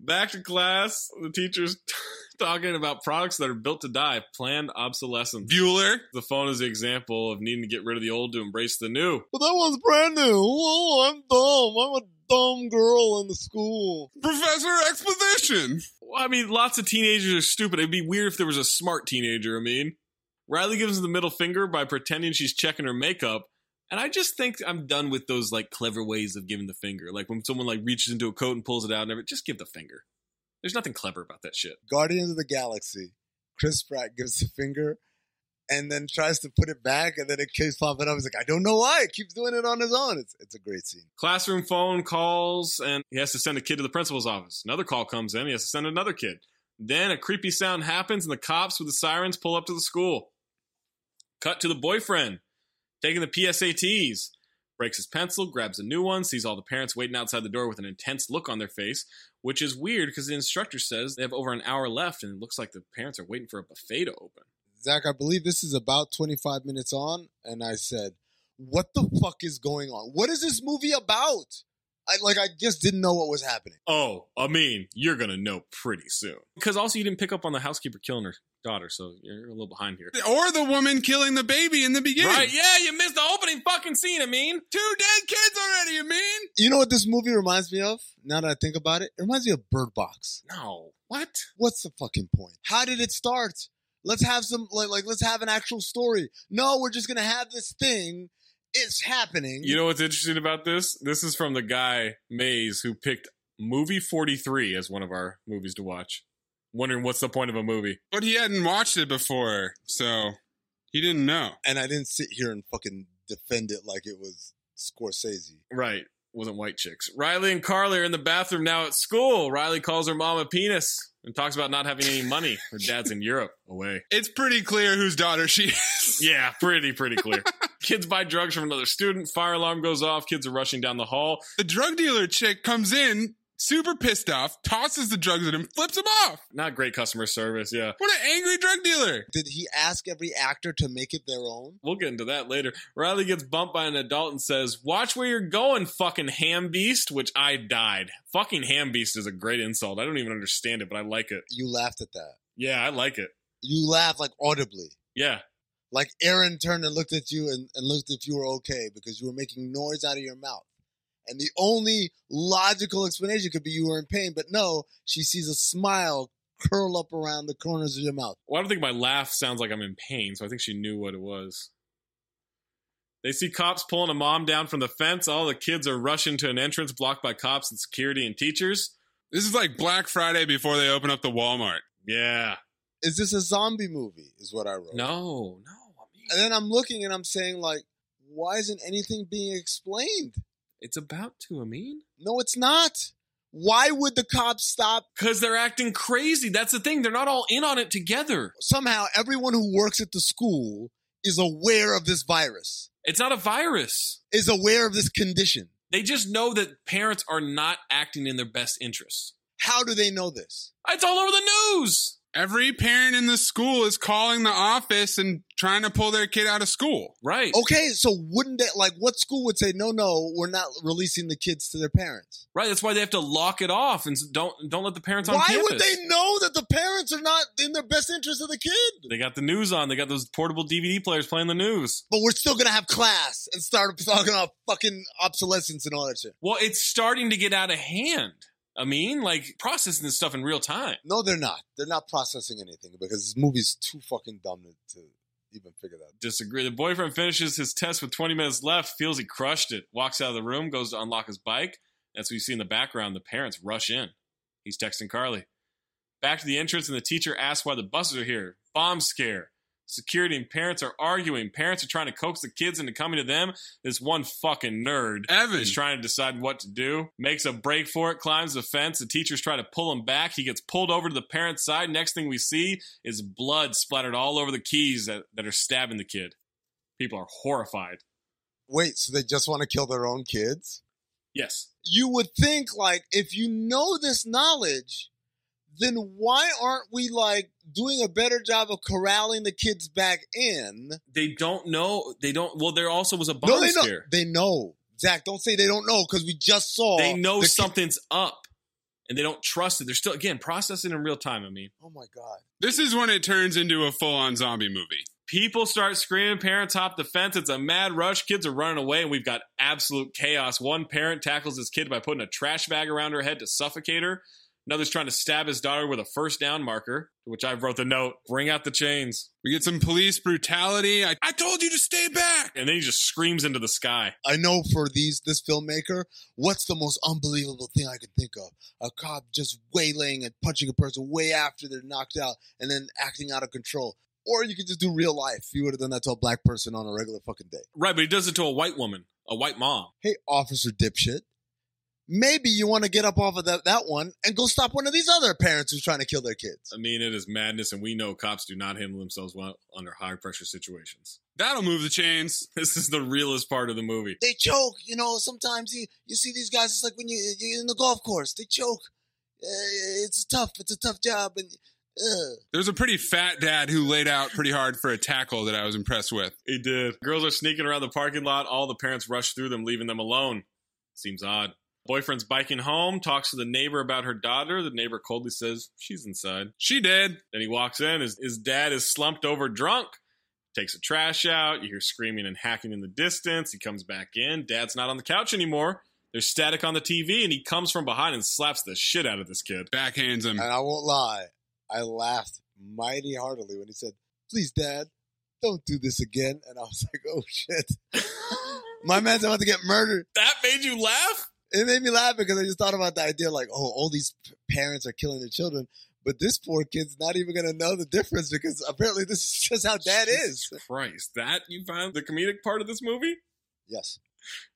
Back to class. The teacher's Talking about products that are built to die, planned obsolescence.
Bueller.
The phone is the example of needing to get rid of the old to embrace the new.
But that one's brand new. Oh, I'm dumb. I'm a dumb girl in the school.
Professor Exposition.
Well, I mean, lots of teenagers are stupid. It'd be weird if there was a smart teenager, I mean. Riley gives him the middle finger by pretending she's checking her makeup. And I just think I'm done with those like clever ways of giving the finger. Like when someone like reaches into a coat and pulls it out and everything, just give the finger. There's nothing clever about that shit.
Guardians of the Galaxy. Chris Pratt gives the finger and then tries to put it back, and then it keeps popping up. He's like, I don't know why. It keeps doing it on his own. It's, it's a great scene.
Classroom phone calls and he has to send a kid to the principal's office. Another call comes in, he has to send another kid. Then a creepy sound happens and the cops with the sirens pull up to the school. Cut to the boyfriend taking the PSATs. Breaks his pencil, grabs a new one, sees all the parents waiting outside the door with an intense look on their face, which is weird because the instructor says they have over an hour left and it looks like the parents are waiting for a buffet to open.
Zach, I believe this is about 25 minutes on, and I said, What the fuck is going on? What is this movie about? I, like, I just didn't know what was happening.
Oh, I mean, you're going to know pretty soon. Because also, you didn't pick up on the housekeeper killing her daughter, so you're a little behind here.
Or the woman killing the baby in the beginning.
Right, yeah, you missed the opening fucking scene, I mean.
Two dead kids already, you mean?
You know what this movie reminds me of? Now that I think about it, it reminds me of Bird Box.
No. What?
What's the fucking point? How did it start? Let's have some like like let's have an actual story. No, we're just gonna have this thing. It's happening.
You know what's interesting about this? This is from the guy, Mays, who picked Movie 43 as one of our movies to watch. Wondering what's the point of a movie.
But he hadn't watched it before, so he didn't know.
and I didn't sit here and fucking defend it like it was Scorsese.
Right. Wasn't white chicks. Riley and Carly are in the bathroom now at school. Riley calls her mom a penis and talks about not having any money. Her dad's in Europe away.
It's pretty clear whose daughter she is.
Yeah, pretty, pretty clear. kids buy drugs from another student. Fire alarm goes off. Kids are rushing down the hall.
The drug dealer chick comes in, super pissed off, tosses the drugs at him, flips him off.
Not great customer service. Yeah.
What an angry drug dealer.
Did he ask every actor to make it their own?
We'll get into that later. Riley gets bumped by an adult and says, Watch where you're going, fucking ham beast, which I died. Fucking ham beast is a great insult. I don't even understand it, but I like it.
You laughed at that.
Yeah, I like it.
You laughed like audibly.
Yeah.
Like Aaron turned and looked at you and, and looked if you were okay because you were making noise out of your mouth. And the only logical explanation could be you were in pain, but no, she sees a smile curl up around the corners of your mouth.
Well, I don't think my laugh sounds like I'm in pain, so I think she knew what it was. They see cops pulling a mom down from the fence. All the kids are rushing to an entrance blocked by cops and security and teachers.
This is like Black Friday before they open up the Walmart.
Yeah.
Is this a zombie movie? Is what I wrote.
No, no. I mean,
And then I'm looking and I'm saying, like, why isn't anything being explained?
it's about to, I mean.
No, it's not. Why would the cops stop?
Because they're acting crazy. That's the thing. They're not all in on it together.
Somehow, everyone who works at the school is aware of this virus,
It's not a virus.
is aware of this condition.
They just know that parents are not acting in their best interests.
How do they know this?
It's all over the news.
Every parent in the school is calling the office and trying to pull their kid out of school.
Right.
Okay, so wouldn't they, like, what school would say, no, no, we're not releasing the kids to their parents?
Right. That's why they have to lock it off and s- don't don't let the parents on
Why
campus.
would they know that the parents are not in their best interest of the kid?
They got the news on. They got those portable DVD players playing the news.
But we're still gonna have class and start talking about fucking obsolescence and all that shit.
Well, it's starting to get out of hand. I mean, like processing this stuff in real time.
No, they're not. They're not processing anything because this movie's too fucking dumb to- to even figure that out.
Disagree. The boyfriend finishes his test with 20 minutes left, feels he crushed it, walks out of the room, goes to unlock his bike. As we see in the background, the parents rush in. He's texting Carly. Back to the entrance, and the teacher asks why the buses are here. Bomb scare. Security and parents are arguing. Parents are trying to coax the kids into coming to them. This one fucking nerd.
Evan.
He's trying to decide what to do. Makes a break for it, climbs the fence. The teachers try to pull him back. He gets pulled over to the parents' side. Next thing we see is blood splattered all over the keys that, that are stabbing the kid. People are horrified.
Wait, so they just want to kill their own kids?
Yes.
You would think, like, if you know this knowledge, then why aren't we, like, doing a better job of corralling the kids back in?
They don't know. They don't. Well, there also was a bomb
no, they know.
scare.
They know. Zach, don't say they don't know because we just saw.
They know
the kid-
something's up. and they don't trust it. They're still again processing in real time. I mean,
Oh my god.
This is when it turns into a full on zombie movie.
people start screaming, parents hop the fence. It's a mad rush. Kids are running away, and we've got absolute chaos. One parent tackles his kid by putting a trash bag around her head to suffocate her. Another's trying to stab his daughter with a first down marker, to which I wrote the note, bring out the chains.
We get some police brutality. I, I told you to stay back.
And then he just screams into the sky.
I know for these this filmmaker, what's the most unbelievable thing I could think of? A cop just waylaying and punching a person way after they're knocked out and then acting out of control. Or you could just do real life. You would have done that to a black person on a regular fucking day.
Right, but he does it to a white woman, a white mom.
Hey, officer dipshit. Maybe you want to get up off of that, that one and go stop one of these other parents who's trying to kill their kids.
I mean, it is madness, and we know cops do not handle themselves well under high pressure situations.
That'll move the chains.
This is the realest part of the movie.
They choke, you know. Sometimes you you see these guys. It's like when you you're in the golf course. They choke. Uh, it's tough. It's a tough job. And uh.
There's a pretty fat dad who laid out pretty hard for a tackle that I was impressed with.
He did. Girls are sneaking around the parking lot. All the parents rush through them, leaving them alone. Seems odd. Boyfriend's biking home, talks to the neighbor about her daughter. The neighbor coldly says, She's inside.
She did.
Then he walks in. His, his dad is slumped over drunk, takes the trash out. You hear screaming and hacking in the distance. He comes back in. Dad's not on the couch anymore. There's static on the TV, and he comes from behind and slaps the shit out of this kid.
Backhands him.
And I won't lie, I laughed mighty heartily when he said, "Please, Dad, don't do this again." And I was like, "Oh shit, my man's about to get murdered."
That made you laugh?
It made me laugh because I just thought about the idea, like, oh, all these p- parents are killing their children, but this poor kid's not even gonna know the difference because apparently this is just how dad is.
Christ, that you found the comedic part of this movie?
Yes.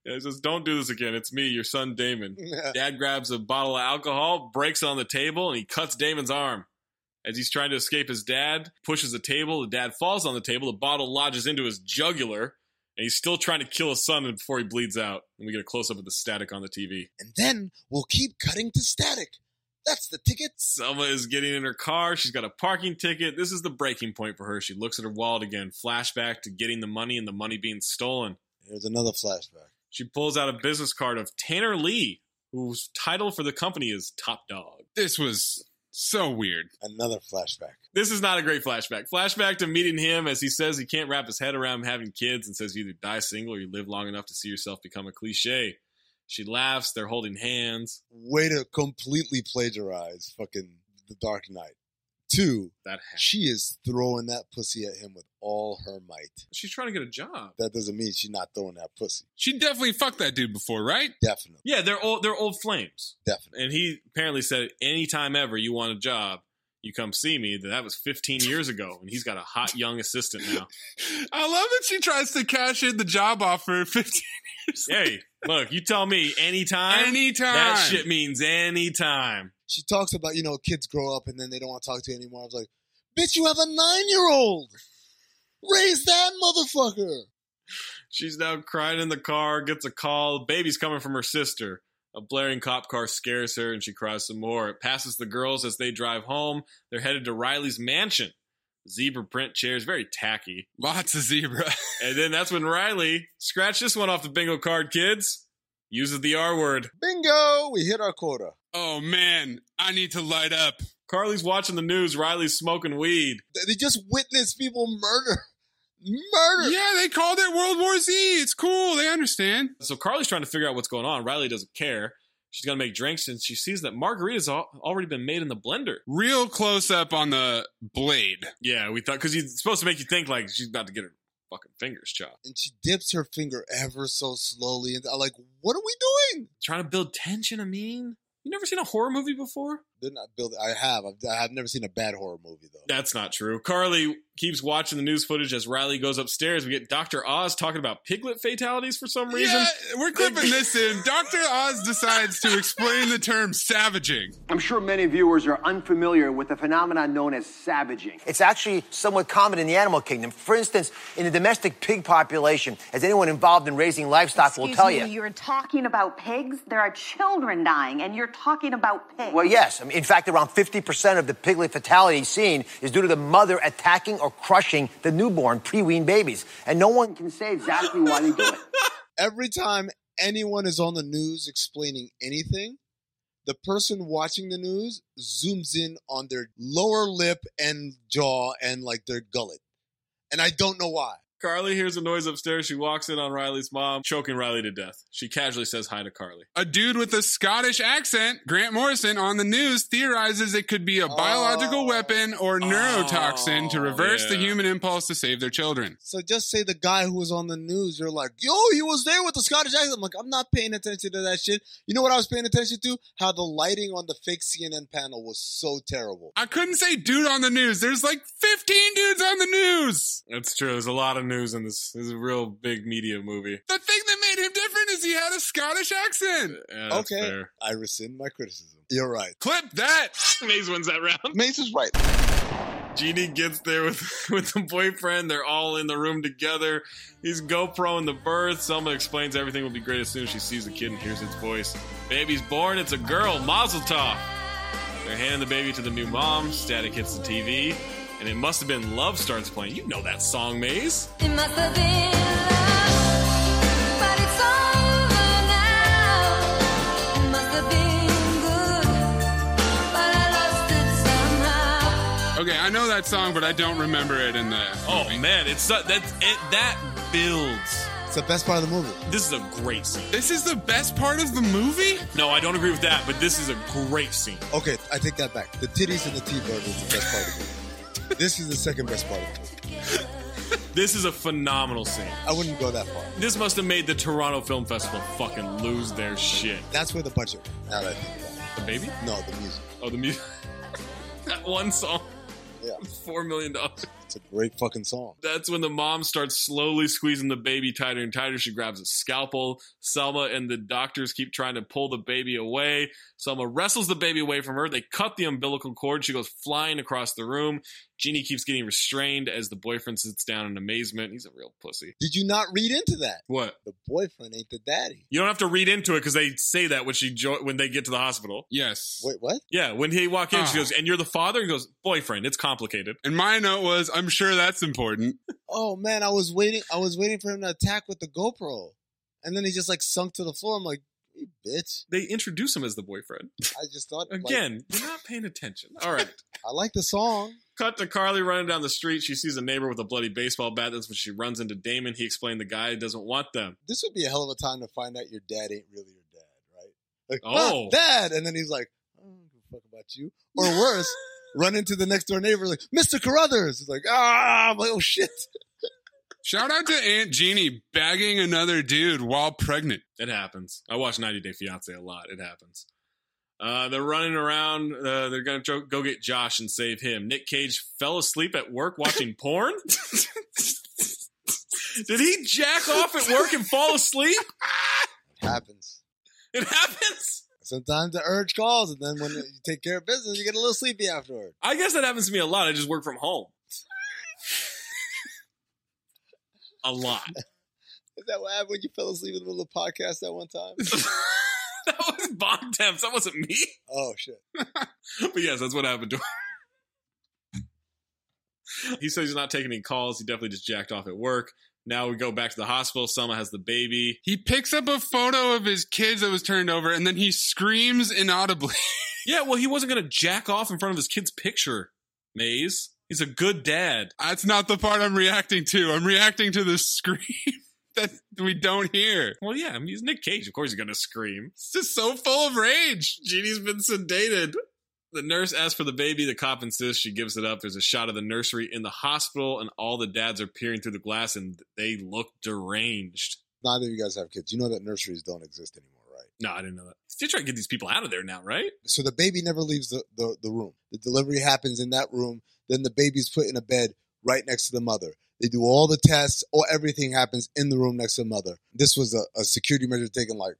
Yeah, he says, Don't do this again. It's me, your son Damon. Dad grabs a bottle of alcohol, breaks it on the table, and he cuts Damon's arm. As he's trying to escape his dad, pushes the table, the dad falls on the table, the bottle lodges into his jugular, and he's still trying to kill his son before he bleeds out. And we get a close up of the static on the TV.
and then we'll keep cutting to static. That's the ticket.
Selma is getting in her car. She's got a parking ticket. This is the breaking point for her. She looks at her wallet again. Flashback to getting the money and the money being stolen.
Here's another flashback.
She pulls out a business card of Tanner Lee, whose title for the company is Top Dog.
This was so weird.
Another flashback.
This is not a great flashback. Flashback to meeting him as he says he can't wrap his head around having kids and says you either die single or you live long enough to see yourself become a cliche. She laughs, they're holding hands.
Way to completely plagiarize fucking The Dark Knight. Two,
That happens.
she is throwing that pussy at him with all her might.
She's trying to get a job.
That doesn't mean she's not throwing that pussy.
She definitely fucked that dude before, right?
Definitely.
Yeah, they're old they're old flames.
Definitely.
And he apparently said anytime ever you want a job, you come see me. That that was 15 years ago and he's got a hot young assistant now.
I love that she tries to cash in the job offer 15 years.
hey, look, you tell me anytime.
Anytime.
That shit means anytime.
She talks about, you know, kids grow up and then they don't want to talk to you anymore. I was like, bitch, you have a nine year old. Raise that motherfucker.
She's now crying in the car, gets a call. Baby's coming from her sister. A blaring cop car scares her and she cries some more. It passes the girls as they drive home. They're headed to Riley's mansion. Zebra print chairs, very tacky.
Lots of zebra.
And then that's when Riley, scratch this one off the bingo card, kids, uses the R word.
Bingo. We hit our quota.
Oh man, I need to light up.
Carly's watching the news. Riley's smoking weed.
They- They just witnessed people murder. Murder.
Yeah, they called it World War Z. It's cool. They understand.
So Carly's trying to figure out what's going on. Riley doesn't care. She's going to make drinks and she sees that margarita's al- already been made in the blender.
Real close up on the blade.
Yeah, we thought because he's supposed to make you think like she's about to get her fucking fingers chopped.
And she dips her finger ever so slowly. And I'm like, what are we doing?
Trying to build tension. I mean, you never seen a horror movie before?
They're not building. I have. I've, I've never seen a bad horror movie, though.
That's not true. Carly keeps watching the news footage as Riley goes upstairs. We get Doctor Oz talking about piglet fatalities for some reason.
Yeah, we're clipping this in. Dr. Oz decides to explain the term savaging.
I'm sure many viewers are unfamiliar with the phenomenon known as savaging. It's actually somewhat common in the animal kingdom. For instance, in the domestic pig population, as anyone involved in raising livestock will
Excuse
tell
me,
you.
You're talking about pigs? There are children dying, and you're talking about pigs.
Well, yes. I mean, in fact, around 50% of the piglet fatality seen is due to the mother attacking or crushing the newborn pre-weaned babies. And no one can say exactly why they do it.
Every time anyone is on the news explaining anything, the person watching the news zooms in on their lower lip and jaw and like their gullet. And I don't know why.
Carly hears a noise upstairs. She walks in on Riley's mom, choking Riley to death. She casually says hi to Carly.
A dude with a Scottish accent, Grant Morrison, on the news theorizes it could be a
Oh.
biological weapon or neurotoxin to reverse the human impulse to save their children.
So just say the guy who was on the news, you're like, yo, he was there with the Scottish accent. I'm like, I'm not paying attention to that shit. You know what I was paying attention to? How the lighting on the fake CNN panel was so terrible.
I couldn't say dude on the news. There's like 15 dudes on the news.
That's true. There's a lot of news in this. This is a real big media movie.
The thing that made him different is he had a Scottish accent.
Yeah, that's
okay.
fair.
I rescind my criticism. You're right.
Clip that.
Maze wins that round.
Mace is right.
Jeannie gets there with with the boyfriend. They're all in the room together. He's GoPro in the birth. Selma explains everything will be great as soon as she sees the kid and hears its voice. Baby's born. It's a girl. Mazel tov. They're handing the baby to the new mom. Static hits the TV, and it must have been Love starts playing. You know that song, Maze.
It must have been love, but it's over now. It must have been good, but I lost it somehow.
Okay, I know that song, but I don't remember it in the.
Oh man, it's so- that's it. That builds.
It's the best part of the movie.
This is a great scene.
This is the best part of the movie?
No, I don't agree with that, but this is a great scene.
Okay, I take that back. The titties and the T-bird is the best part of the movie. this is the second best part of the movie.
This is a phenomenal scene.
I wouldn't go that far.
This must have made the Toronto Film Festival fucking lose their shit.
That's where the budget went, now that I think about
The baby?
it. No, the music.
Oh, the music. that one song.
Yeah.
Four million dollars.
It's a great fucking song.
That's when the mom starts slowly squeezing the baby tighter and tighter. She grabs a scalpel. Selma and the doctors keep trying to pull the baby away. Selma wrestles the baby away from her. They cut the umbilical cord. She goes flying across the room. Jeannie keeps getting restrained as the boyfriend sits down in amazement. He's a real pussy.
Did you not read into that?
What?
The boyfriend ain't the daddy.
You don't have to read into it because they say that when she jo- when they get to the hospital.
Yes.
Wait, what?
Yeah, when he walk in, she
Ah.
goes, "And you're the father." He goes, "Boyfriend." It's complicated.
And my note was, I'm sure that's important.
Oh man, I was waiting. I was waiting for him to attack with the GoPro, and then he just like sunk to the floor. I'm like, you bitch.
They introduce him as the boyfriend
I just thought like,
again. you're not paying attention. All right.
I like the song.
Cut to Carly running down the street. She sees a neighbor with a bloody baseball bat. That's when she runs into Damon. He explained the guy doesn't want them.
This would be a hell of a time to find out your dad ain't really your dad, right? Like,
Oh.
oh, dad, and then he's like, I don't give a fuck about you, or worse, run into the next door neighbor like, Mister Carruthers. He's like, ah, I'm like, oh shit.
Shout out to Aunt Jeannie bagging another dude while pregnant.
It happens. I watch 90 Day Fiance a lot. It happens. Uh, they're running around. Uh, they're going to go get Josh and save him. Nick Cage fell asleep at work watching porn. Did he jack off at work and fall asleep?
It happens.
It happens.
Sometimes the urge calls, and then when you take care of business, you get a little sleepy afterward.
I guess that happens to me a lot. I just work from home. a lot.
Is that what happened when you fell asleep in the middle of the podcast that one time?
that was Bond Temps. That wasn't me.
oh shit.
But yes, that's what happened to her. he says he's not taking any calls. He definitely just jacked off at work. Now we go back to the hospital. Selma has the baby.
He picks up a photo of his kids that was turned over and then he screams inaudibly.
Yeah, well, he wasn't going to jack off in front of his kid's picture, Maze. He's a good dad.
That's not the part I'm reacting to. I'm reacting to the scream that we don't hear.
Well, yeah, I mean, he's Nick Cage. Of course he's going to scream.
It's just so full of rage.
Jeannie's been sedated. The nurse asks for the baby. The cop insists she gives it up. There's a shot of the nursery in the hospital, and all the dads are peering through the glass, and they look deranged.
neither of you guys have kids. You know that nurseries don't exist anymore, right?
No, I didn't know that. Still trying to get these people out of there now, right?
So the baby never leaves the, the, the room. The delivery happens in that room. Then the baby's put in a bed right next to the mother. They do all the tests, or everything happens in the room next to the mother. This was a, a security measure taken like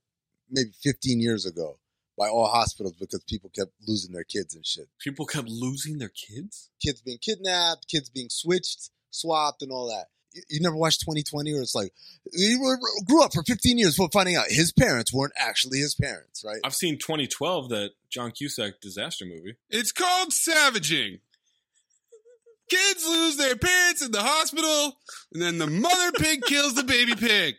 maybe 15 years ago by all hospitals because people kept losing their kids and shit.
People kept losing their kids.
Kids being kidnapped, kids being switched, swapped, and all that. You, you never watched 2020 where it's like, he were- grew up for 15 years before finding out his parents weren't actually his parents, right?
I've seen 2012, that John Cusack disaster movie.
It's called savaging. Kids lose their parents in the hospital, and then the mother pig kills the baby pig.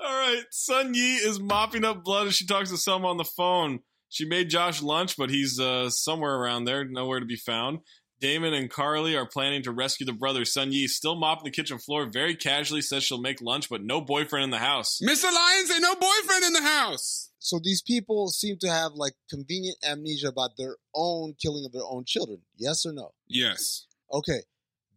All right, Sun Yi is mopping up blood as she talks to Selma on the phone. She made Josh lunch, but he's uh, somewhere around there, nowhere to be found. Damon and Carly are planning to rescue the brother. Sun Yi still mopping the kitchen floor. Very casually says she'll make lunch, but no boyfriend in the house.
Mr. Lyons and no boyfriend in the house.
So these people seem to have like convenient amnesia about their own killing of their own children. Yes or no?
Yes.
Okay.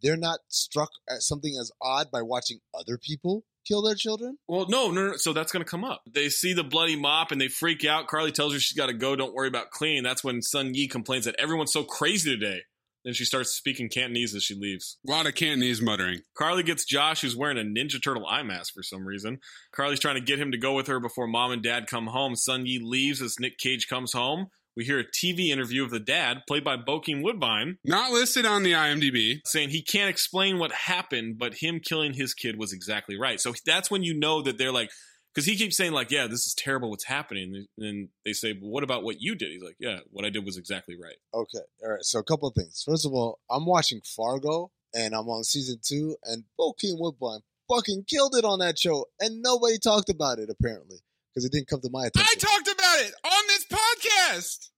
They're not struck at something as odd by watching other people kill their children?
Well, no, no, no. So that's going to come up. They see the bloody mop and they freak out. Carly tells her she's got to go. Don't worry about cleaning. That's when Sun Yi complains that everyone's so crazy today. Then she starts speaking Cantonese as she leaves.
A lot of Cantonese muttering.
Carly gets Josh, who's wearing a Ninja Turtle eye mask for some reason. Carly's trying to get him to go with her before mom and dad come home. Sun Yi leaves as Nick Cage comes home. We hear a TV interview of the dad, played by Bokeem Woodbine,
Not listed on the IMDb.
saying he can't explain what happened, but him killing his kid was exactly right. So that's when you know that they're like, because he keeps saying like, yeah, this is terrible, what's happening, and then they say, well, what about what you did? He's like, yeah, what I did was exactly right.
Okay. All right. So a couple of things. First of all, I'm watching Fargo and I'm on season two and Bokeem Woodbine fucking killed it on that show and nobody talked about it apparently because it didn't come to my
I
attention.
talked about it on this podcast.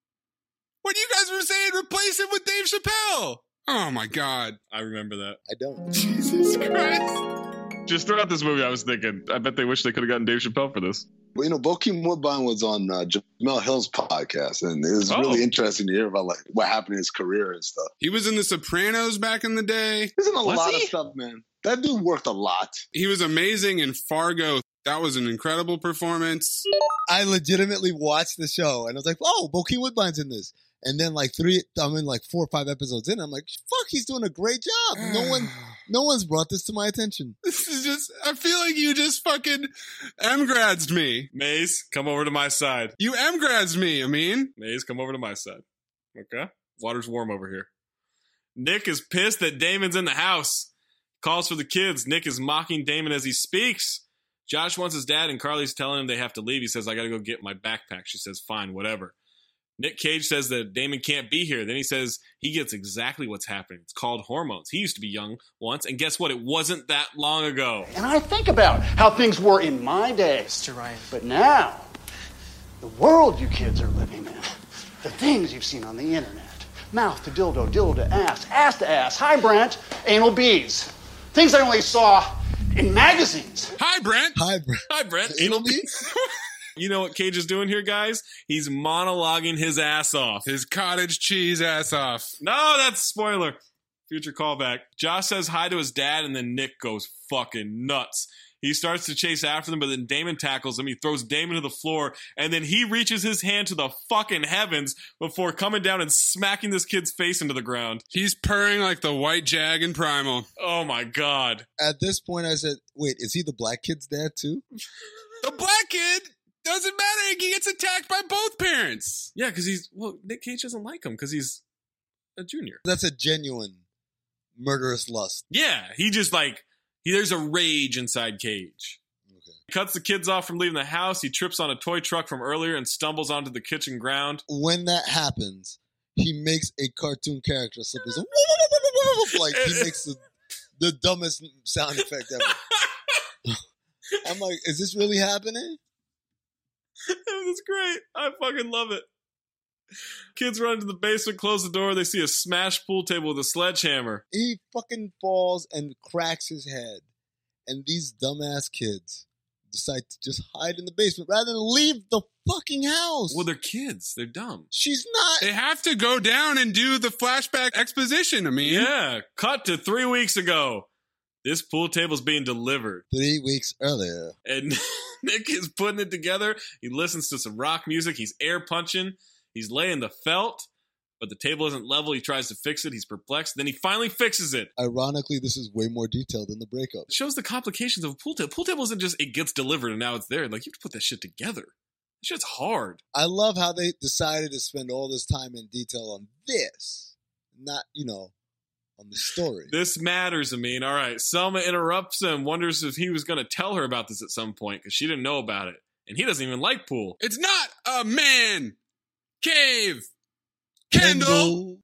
When you guys were saying replace him with Dave Chappelle. Oh my God.
I remember that.
I don't.
Jesus Christ.
Just throughout this movie, I was thinking, I bet they wish they could have gotten Dave Chappelle for this.
Well, you know, Bokeem Woodbine was on uh, Jamel Hill's podcast, and it was
Oh.
really interesting to hear about like what happened in his career and stuff.
He was in The Sopranos back in the day.
There's been a
Was
lot of
he?
stuff, man. That dude worked a lot.
He was amazing in Fargo. That was an incredible performance.
I legitimately watched the show and I was like, oh, Bokeem Woodbine's in this. And then like three, I'm in like four or five episodes in. I'm like, fuck, he's doing a great job. No one, no one's brought this to my attention.
This is just, I feel like you just fucking emgradsed me.
Maze, come over to my side.
You emgradsed me, I mean.
Maze, come over to my side. Okay. Water's warm over here. Nick is pissed that Damon's in the house. Calls for the kids. Nick is mocking Damon as he speaks. Josh wants his dad, and Carly's telling him they have to leave. He says, I got to go get my backpack. She says, Fine, whatever. Nick Cage says that Damon can't be here. Then he says he gets exactly what's happening. It's called hormones. He used to be young once, and guess what? It wasn't that long ago.
And I think about how things were in my day. Mr. Ryan. But now, the world you kids are living in, the things you've seen on the internet mouth to dildo, dildo to ass, ass to ass, high Brent, anal beads. Things I only saw in magazines.
Hi, Brent.
Hi, bro.
Hi, Brent. Anal beads? you know what Cage is doing here, guys? He's monologuing his ass off.
His cottage cheese ass off.
No, that's spoiler. Future callback. Josh says hi to his dad, and then Nick goes fucking nuts. He starts to chase after them, but then Damon tackles him. He throws Damon to the floor, and then he reaches his hand to the fucking heavens before coming down and smacking this kid's face into the ground.
He's purring like the white jag in Primal.
Oh my god.
At this point, I said, wait, is he the black kid's dad too?
The black kid doesn't matter. He gets attacked by both parents.
Yeah, because he's, well, Nick Cage doesn't like him because he's a junior.
That's a genuine murderous lust.
Yeah, he just like he, there's a rage inside Cage.
Okay.
Cuts the kids off from leaving the house. He trips on a toy truck from earlier and stumbles onto the kitchen ground.
when that happens, he makes a cartoon character. So he's like, like he makes the, the dumbest sound effect ever. I'm like, is this really happening?
That's great. I fucking love it. Kids run into the basement, close the door. They see a smashed pool table with a sledgehammer.
He fucking falls and cracks his head, and these dumbass kids decide to just hide in the basement rather than leave the fucking house.
Well, they're kids. They're dumb.
She's not.
They have to go down and do the flashback exposition. I mean,
Yeah. Cut to three weeks ago. This pool table's being delivered.
Three weeks earlier,
and Nick is putting it together. He listens to some rock music. He's air punching. He's laying the felt, but the table isn't level. He tries to fix it. He's perplexed. Then he finally fixes it.
ironically, this is way more detailed than the breakup.
It shows the complications of a pool table. Pool table isn't just it gets delivered and now it's there. Like you have to put that shit together. That shit's hard.
I love how they decided to spend all this time in detail on this, not you know, on the story.
This matters, I mean. All right. Selma interrupts him, wonders if he was going to tell her about this at some point because she didn't know about it. And he doesn't even like pool.
it's not a man cave. Kendall,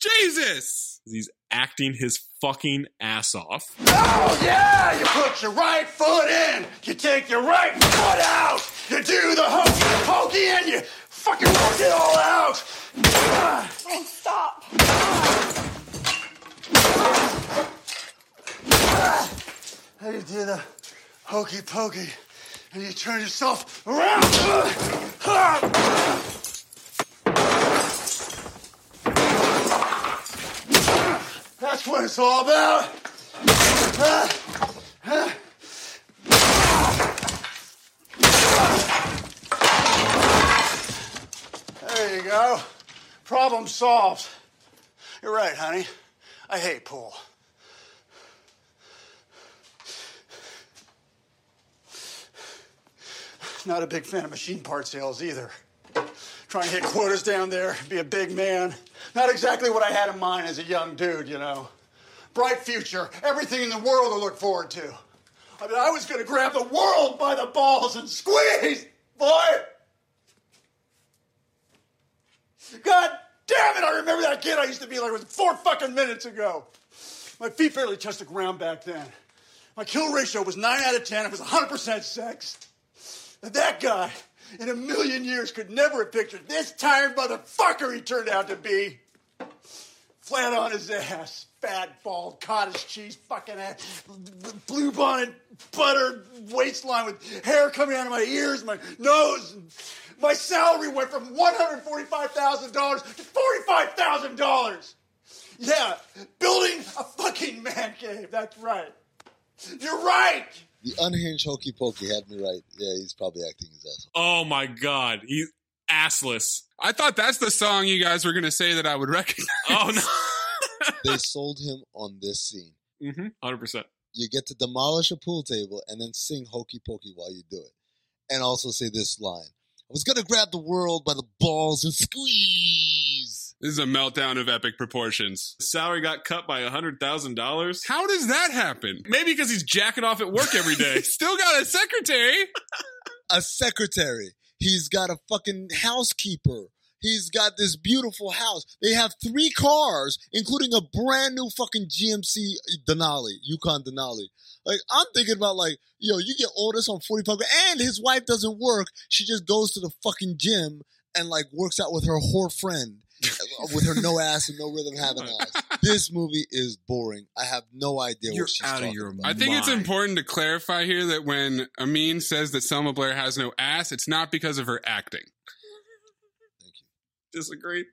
Jesus.
He's acting his fucking ass off.
Oh, yeah! You put your right foot in, you take your right foot out, you do the hokey pokey, and you
fucking worked it all out! Stop!
How you do the hokey pokey and you turn yourself around. That's what it's all about. There you go. Problem solved. You're right, honey. I hate pool. Not a big fan of machine part sales either. Trying to hit quotas down there, be a big man. Not exactly what I had in mind as a young dude, you know. Bright future, everything in the world to look forward to. I mean, I was going to grab the world by the balls and squeeze, boy. God damn it, I remember that kid I used to be like it was four fucking minutes ago. My feet barely touched the ground back then. My kill ratio was 9 out of 10. It was 100% sex. That that guy, in a million years, could never have pictured this tired motherfucker he turned out to be. Flat on his ass, fat, bald, cottage cheese, fucking ass, blue bonnet, buttered waistline with hair coming out of my ears, my nose. My salary went from $145,000 to $45,000. Yeah, building a fucking man cave. That's right. You're right.
The unhinged hokey pokey had me right. Yeah, he's probably acting his ass.
Oh my god, he's assless.
I thought that's the song you guys were going to say that I would recognize.
Oh no,
off. they sold him on this scene.
mm-hmm. hundred percent.
You get to demolish a pool table and then sing hokey pokey while you do it, and also say this line: "I was gonna grab the world by the balls and squeeze."
This is a meltdown of epic proportions.
Salary got cut by hundred thousand dollars.
How does that happen?
Maybe because he's jacking off at work every day.
Still got a secretary.
A secretary. He's got a fucking housekeeper. He's got this beautiful house. They have three cars, including a brand new fucking GMC Denali, Yukon Denali. Like I'm thinking about like, yo, you get all this on 45 grand, and his wife doesn't work. She just goes to the fucking gym and like works out with her whore friend uh, with her no ass and no rhythm having ass. This movie is boring. I have no idea
You're
what she's
out of
talking
your
about.
I think it's
Mine.
important to clarify here that when Amin says that Selma Blair has no ass, it's not because of her acting.
Disagree.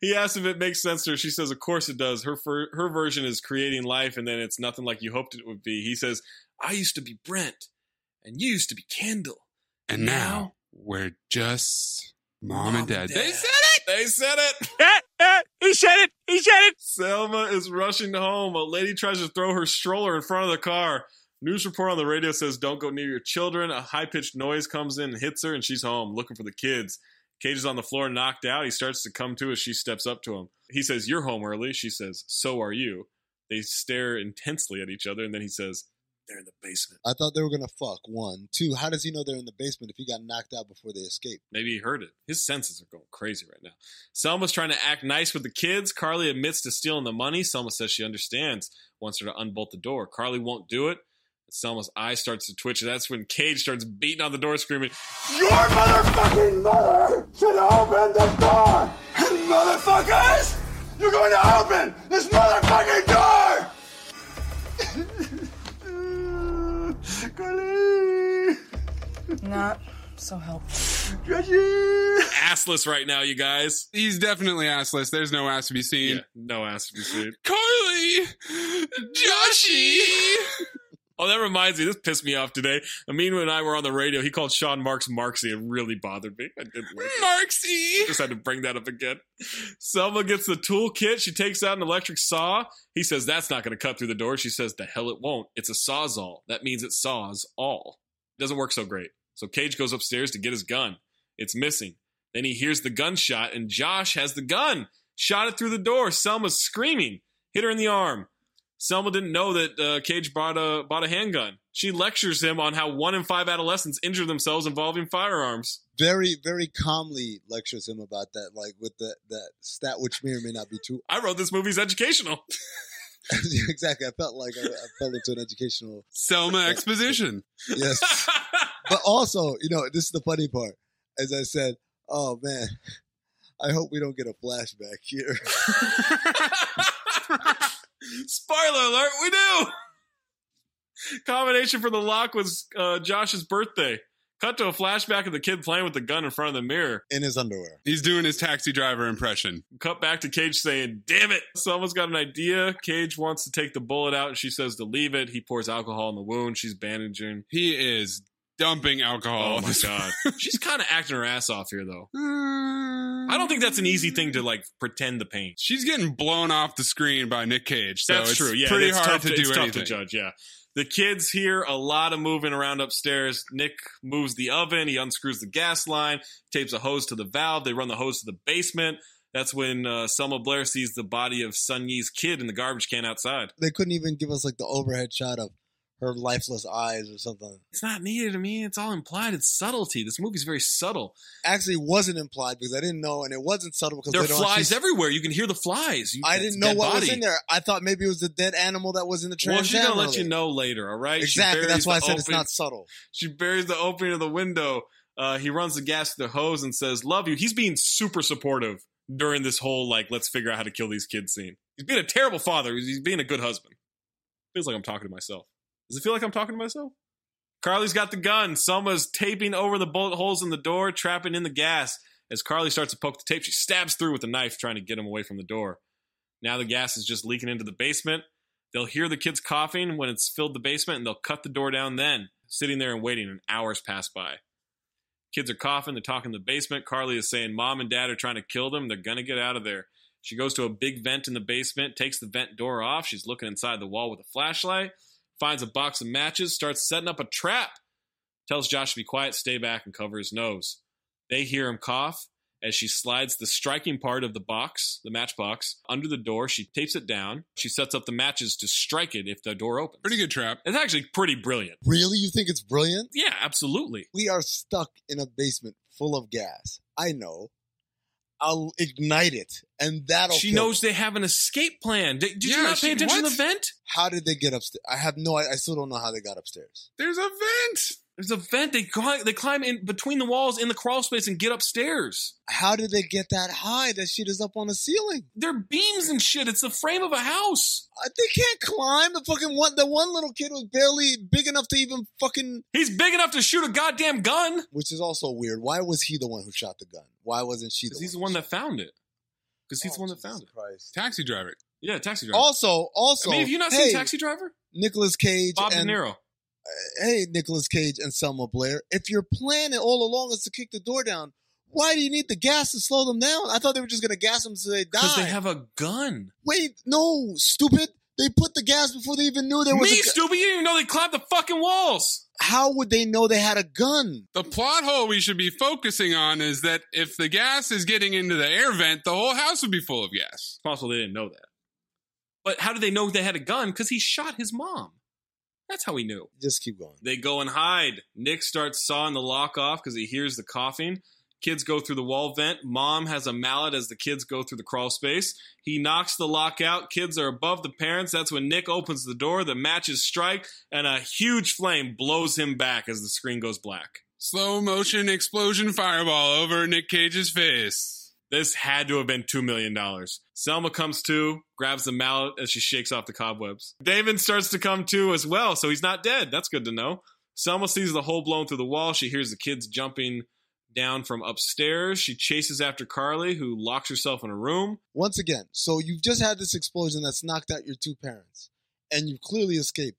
He asks if it makes sense to her. She says, "Of course it does." Her fir- her version is creating life, and then it's nothing like you hoped it would be. He says, "I used to be Brent, and you used to be Kendall."
And now we're just mom, and dad. They said
it. They said it.
Eh, he said it! He said it!
Selma is rushing home. A lady tries to throw her stroller in front of the car. News report on the radio says, Don't go near your children. A high pitched noise comes in and hits her, and she's home looking for the kids. Cage is on the floor, knocked out. He starts to come to as she steps up to him. He says, You're home early. She says, So are you. They stare intensely at each other, and then he says, They're in the basement.
I thought they were gonna fuck. One, two. How does he know they're in the basement if he got knocked out before they escaped?
Maybe he heard it. His senses are going crazy right now. Selma's trying to act nice with the kids. Carly admits to stealing the money. Selma says she understands, wants her to unbolt the door. Carly won't do it. Selma's eye starts to twitch, and that's when Cage starts beating on the door, screaming,
Your motherfucking mother should open the door! Motherfuckers! You're going to open this motherfucking door!
Not so helpful.
assless right now, you guys.
He's definitely assless. There's no ass to be seen.
Yeah, no ass to be seen.
Carly, Joshy.
Oh, that reminds me. This pissed me off today. Aminu and I were on the radio. He called Sean Marks Marksy. It really bothered me. I didn't like it.
Marksy.
Just had to bring that up again. Selma gets the toolkit. She takes out an electric saw. He says, That's not going to cut through the door. She says, The hell it won't. It's a sawzall. That means it saws all. It doesn't work so great. So Cage goes upstairs to get his gun. It's missing. Then he hears the gunshot, and Josh has the gun. Shot it through the door. Selma's screaming. Hit her in the arm. Selma didn't know that uh, Cage bought a bought a handgun. She lectures him on how one in five adolescents injure themselves involving firearms.
very very calmly lectures him about that like with the that stat which may or may not be true
I wrote this movie's educational.
exactly i felt like I, I fell into an educational
Selma exposition.
yes but also you know this is the funny part as i said Oh man, I hope we don't get a flashback here.
Spoiler alert, we do. Combination for the lock was uh, Josh's birthday. Cut to a flashback of the kid playing with the gun in front of the mirror.
In his underwear.
He's doing his taxi driver impression.
Cut back to Cage saying, Damn it, someone's got an idea. Cage wants to take the bullet out and she says to leave it. He pours alcohol on the wound. She's bandaging.
He is dumping alcohol.
Oh my God. She's kind of acting her ass off here, though. I don't think that's an easy thing to like pretend the pain.
She's getting blown off the screen by Nick Cage. So
That's
it's
true. Yeah,
pretty
it's
hard
tough
to,
to,
do
it's
anything.
tough to judge. Yeah, the kids hear a lot of moving around upstairs. Nick moves the oven. He unscrews the gas line, tapes a hose to the valve. They run the hose to the basement. That's when uh, Selma Blair sees the body of Sun Yi's kid in the garbage can outside.
They couldn't even give us like the overhead shot of her lifeless eyes or something.
It's not needed. I mean, it's all implied. It's subtlety. This movie's very subtle.
Actually, it wasn't implied because I didn't know, and it wasn't subtle because
There are
later on
flies
she's-
everywhere. You can hear the flies. You-
I
it's
didn't know
dead
what was
body.
in there. I thought maybe it was the dead animal that was in the trash.
Well, she's gonna
can
let you know later. All right. She
Exactly.
buries
That's why
the
I said it's
open-
not subtle.
She buries the opening of the window. Uh, he runs the gas to the hose and says, "Love you." He's being super supportive during this whole like, let's figure out how to kill these kids scene. He's being a terrible father. He's- He's being a good husband. Feels like I'm talking to myself. Does it feel like I'm talking to myself? Carly's got the gun. Selma's taping over the bullet holes in the door, trapping in the gas. As Carly starts to poke the tape, she stabs through with a knife, trying to get him away from the door. Now the gas is just leaking into the basement. They'll hear the kids coughing when it's filled the basement, and they'll cut the door down then. Sitting there and waiting, and hours pass by. Kids are coughing, they're talking in the basement. Carly is saying, Mom and Dad are trying to kill them, they're gonna get out of there. She goes to a big vent in the basement, takes the vent door off. She's looking inside the wall with a flashlight, finds a box of matches, starts setting up a trap. Tells Josh to be quiet, stay back, and cover his nose. They hear him cough as she slides the striking part of the box, the matchbox, under the door. She tapes it down. She sets up the matches to strike it if the door opens.
Pretty good trap.
It's actually pretty brilliant.
Really, you think it's brilliant?
Yeah, absolutely.
We are stuck in a basement full of gas. I know. I'll ignite it, and that'll.
she
kill
knows they have an escape plan. Did, did
Yeah,
you not pay
she-
attention to
what?
the vent?
How did they get upstairs? I have no. I, I still don't know how they got upstairs.
There's a vent.
There's a vent. They climb, they climb in between the walls in the crawl space and get upstairs.
How did they get that high? That shit is up on the ceiling.
They're beams and shit. It's the frame of a house.
Uh, They can't climb. The fucking one. The one little kid was barely big enough to even fucking.
He's big enough to shoot a goddamn gun.
Which is also weird. Why was he the one who shot the gun? Why wasn't she the
Because he's the one
one?
that found it. Because he's the one that found it.
Christ.
Taxi driver.
Yeah, taxi driver.
Also, also.
I mean, have you not
hey,
seen Taxi Driver?
Nicholas Cage
Bob
and
De Niro.
hey, Nicolas Cage and Selma Blair, if your plan all along is to kick the door down, why do you need the gas to slow them down? I thought they were just going to gas them so they die.
Because they have a gun.
Wait, no, stupid. They put the gas before they even knew there
Me,
was a gu-
stupid. You didn't even know they climbed the fucking walls.
How would they know they had a gun?
The plot hole we should be focusing on is that if the gas is getting into the air vent, the whole house would be full of gas.
It's possible they didn't know that. But how did they know they had a gun? Because he shot his mom. That's how he knew.
Just keep going.
They go and hide. Nick starts sawing the lock off because he hears the coughing. Kids go through the wall vent. Mom has a mallet as the kids go through the crawl space. He knocks the lock out. Kids are above the parents. That's when Nick opens the door. The matches strike, and a huge flame blows him back as the screen goes black.
Slow motion explosion fireball over Nick Cage's face.
This had to have been $2 million. Selma comes to, grabs the mallet as she shakes off the cobwebs. David starts to come to as well, so he's not dead. That's good to know. Selma sees the hole blown through the wall. She hears the kids jumping down from upstairs. She chases after Carly, who locks herself in a room.
Once again, so you've just had this explosion that's knocked out your two parents, and you've clearly escaped.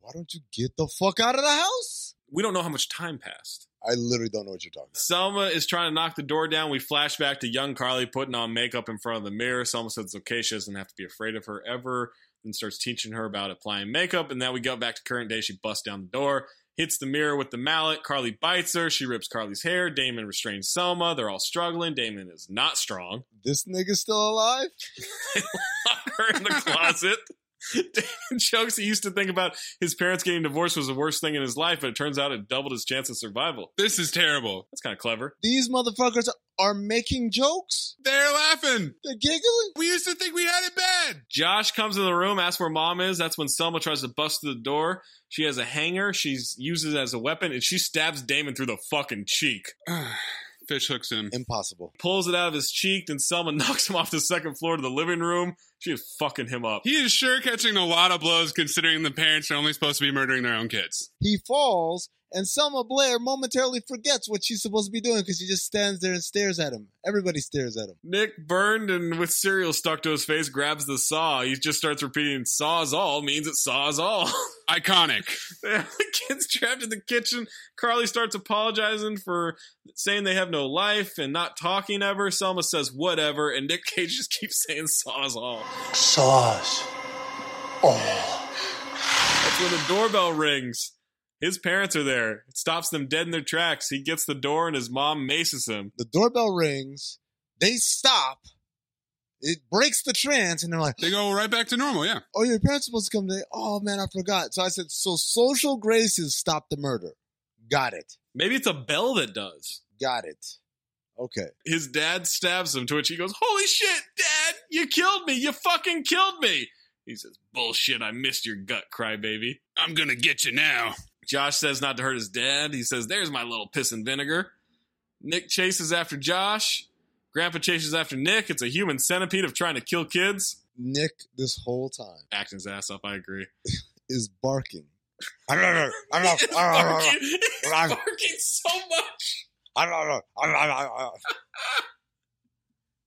Why don't you get the fuck out of the house?
We don't know how much time passed.
I literally don't know what you're talking about.
Selma is trying to knock the door down. We flash back to young Carly putting on makeup in front of the mirror. Selma says it's okay. She doesn't have to be afraid of her ever. Then starts teaching her about applying makeup. And now we go back to current day. She busts down the door, hits the mirror with the mallet. Carly bites her. She rips Carly's hair. Damon restrains Selma. They're all struggling. Damon is not strong.
This nigga's still alive?
Lock her in the closet. Damon jokes he used to think about his parents getting divorced was the worst thing in his life, but it turns out it doubled his chance of survival.
This is terrible.
That's kind of clever.
These motherfuckers are making jokes?
They're laughing.
They're giggling?
We used to think we had it bad.
Josh comes in the room, asks where mom is. That's when Selma tries to bust through the door. She has a hanger. She uses it as a weapon, and she stabs Damon through the fucking cheek.
Fish hooks him.
Impossible.
Pulls it out of his cheek, then Selma knocks him off the second floor to the living room. She is fucking him up.
He is sure catching a lot of blows considering the parents are only supposed to be murdering their own kids.
He falls, and Selma Blair momentarily forgets what she's supposed to be doing because she just stands there and stares at him. Everybody stares at him.
Nick, burned and with cereal stuck to his face, grabs the saw. He just starts repeating, saws all means it saws all.
Iconic.
They have the kids trapped in the kitchen. Carly starts apologizing for saying they have no life and not talking ever. Selma says, whatever. And Nick Cage just keeps saying, saws all.
Saws.
Oh.
That's when the doorbell rings. His parents are there. It stops them dead in their tracks. He gets the door and his mom maces him.
The doorbell rings. They stop. It breaks the trance, and they're like,
They go right back to normal, yeah.
"Oh, your parents are supposed to come today." Oh man, I forgot. So I said, "So social graces stop the murder." Got it.
Maybe it's a bell that does.
Got it. Okay.
His dad stabs him, to which he goes, Holy shit, dad, you killed me. You fucking killed me. He says, Bullshit, I missed your gut, crybaby.
I'm gonna get you now.
Josh says not to hurt his dad. He says, There's my little piss and vinegar. Nick chases after Josh. Grandpa chases after Nick. It's a human centipede of trying to kill kids.
Nick, this whole time
Acting his ass off, I agree.
is barking.
He's barking, he's barking so much.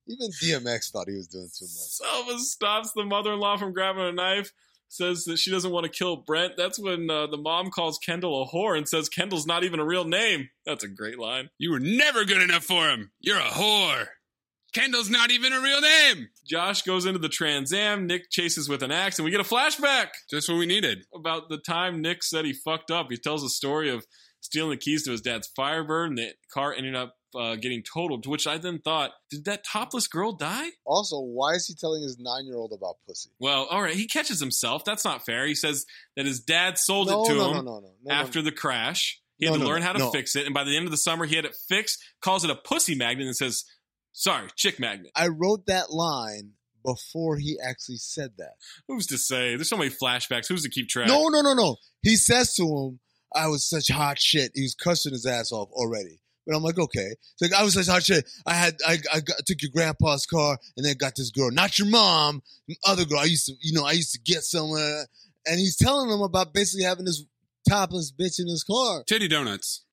Even DMX thought he was doing too much.
Selma stops the mother-in-law from grabbing a knife. Says that she doesn't want to kill Brent. That's when uh, the mom calls Kendall a whore and says Kendall's not even a real name. That's a great line.
You were never good enough for him. You're a whore. Kendall's not even a real name.
Josh goes into the Trans Am. Nick chases with an axe, and we get a flashback
Just what we needed.
about the time Nick said he fucked up. He tells a story of stealing the keys to his dad's Firebird, and the car ended up uh, getting totaled. To which I then thought, did that topless girl die?
Also, why is he telling his nine-year-old about pussy?
Well, all right, he catches himself. That's not fair. He says that his dad sold
No,
it to
no,
him.
no, no, no, no.
after
no.
the crash. He
No,
had to
no,
learn how to
no.
fix it, and by the end of the summer, he had it fixed. Calls it a pussy magnet and says, "Sorry, chick magnet."
I wrote that line before he actually said that.
Who's to say? There's so many flashbacks. Who's to keep track?
No, no, no, no. He says to him, I was such hot shit. He was cussing his ass off already. But I'm like, okay. It's like, I was such hot shit. I had, I, I got, took your grandpa's car and then got this girl, not your mom, some other girl. I used to, you know, I used to get somewhere. And he's telling him about basically having this topless bitch in his car.
Titty donuts.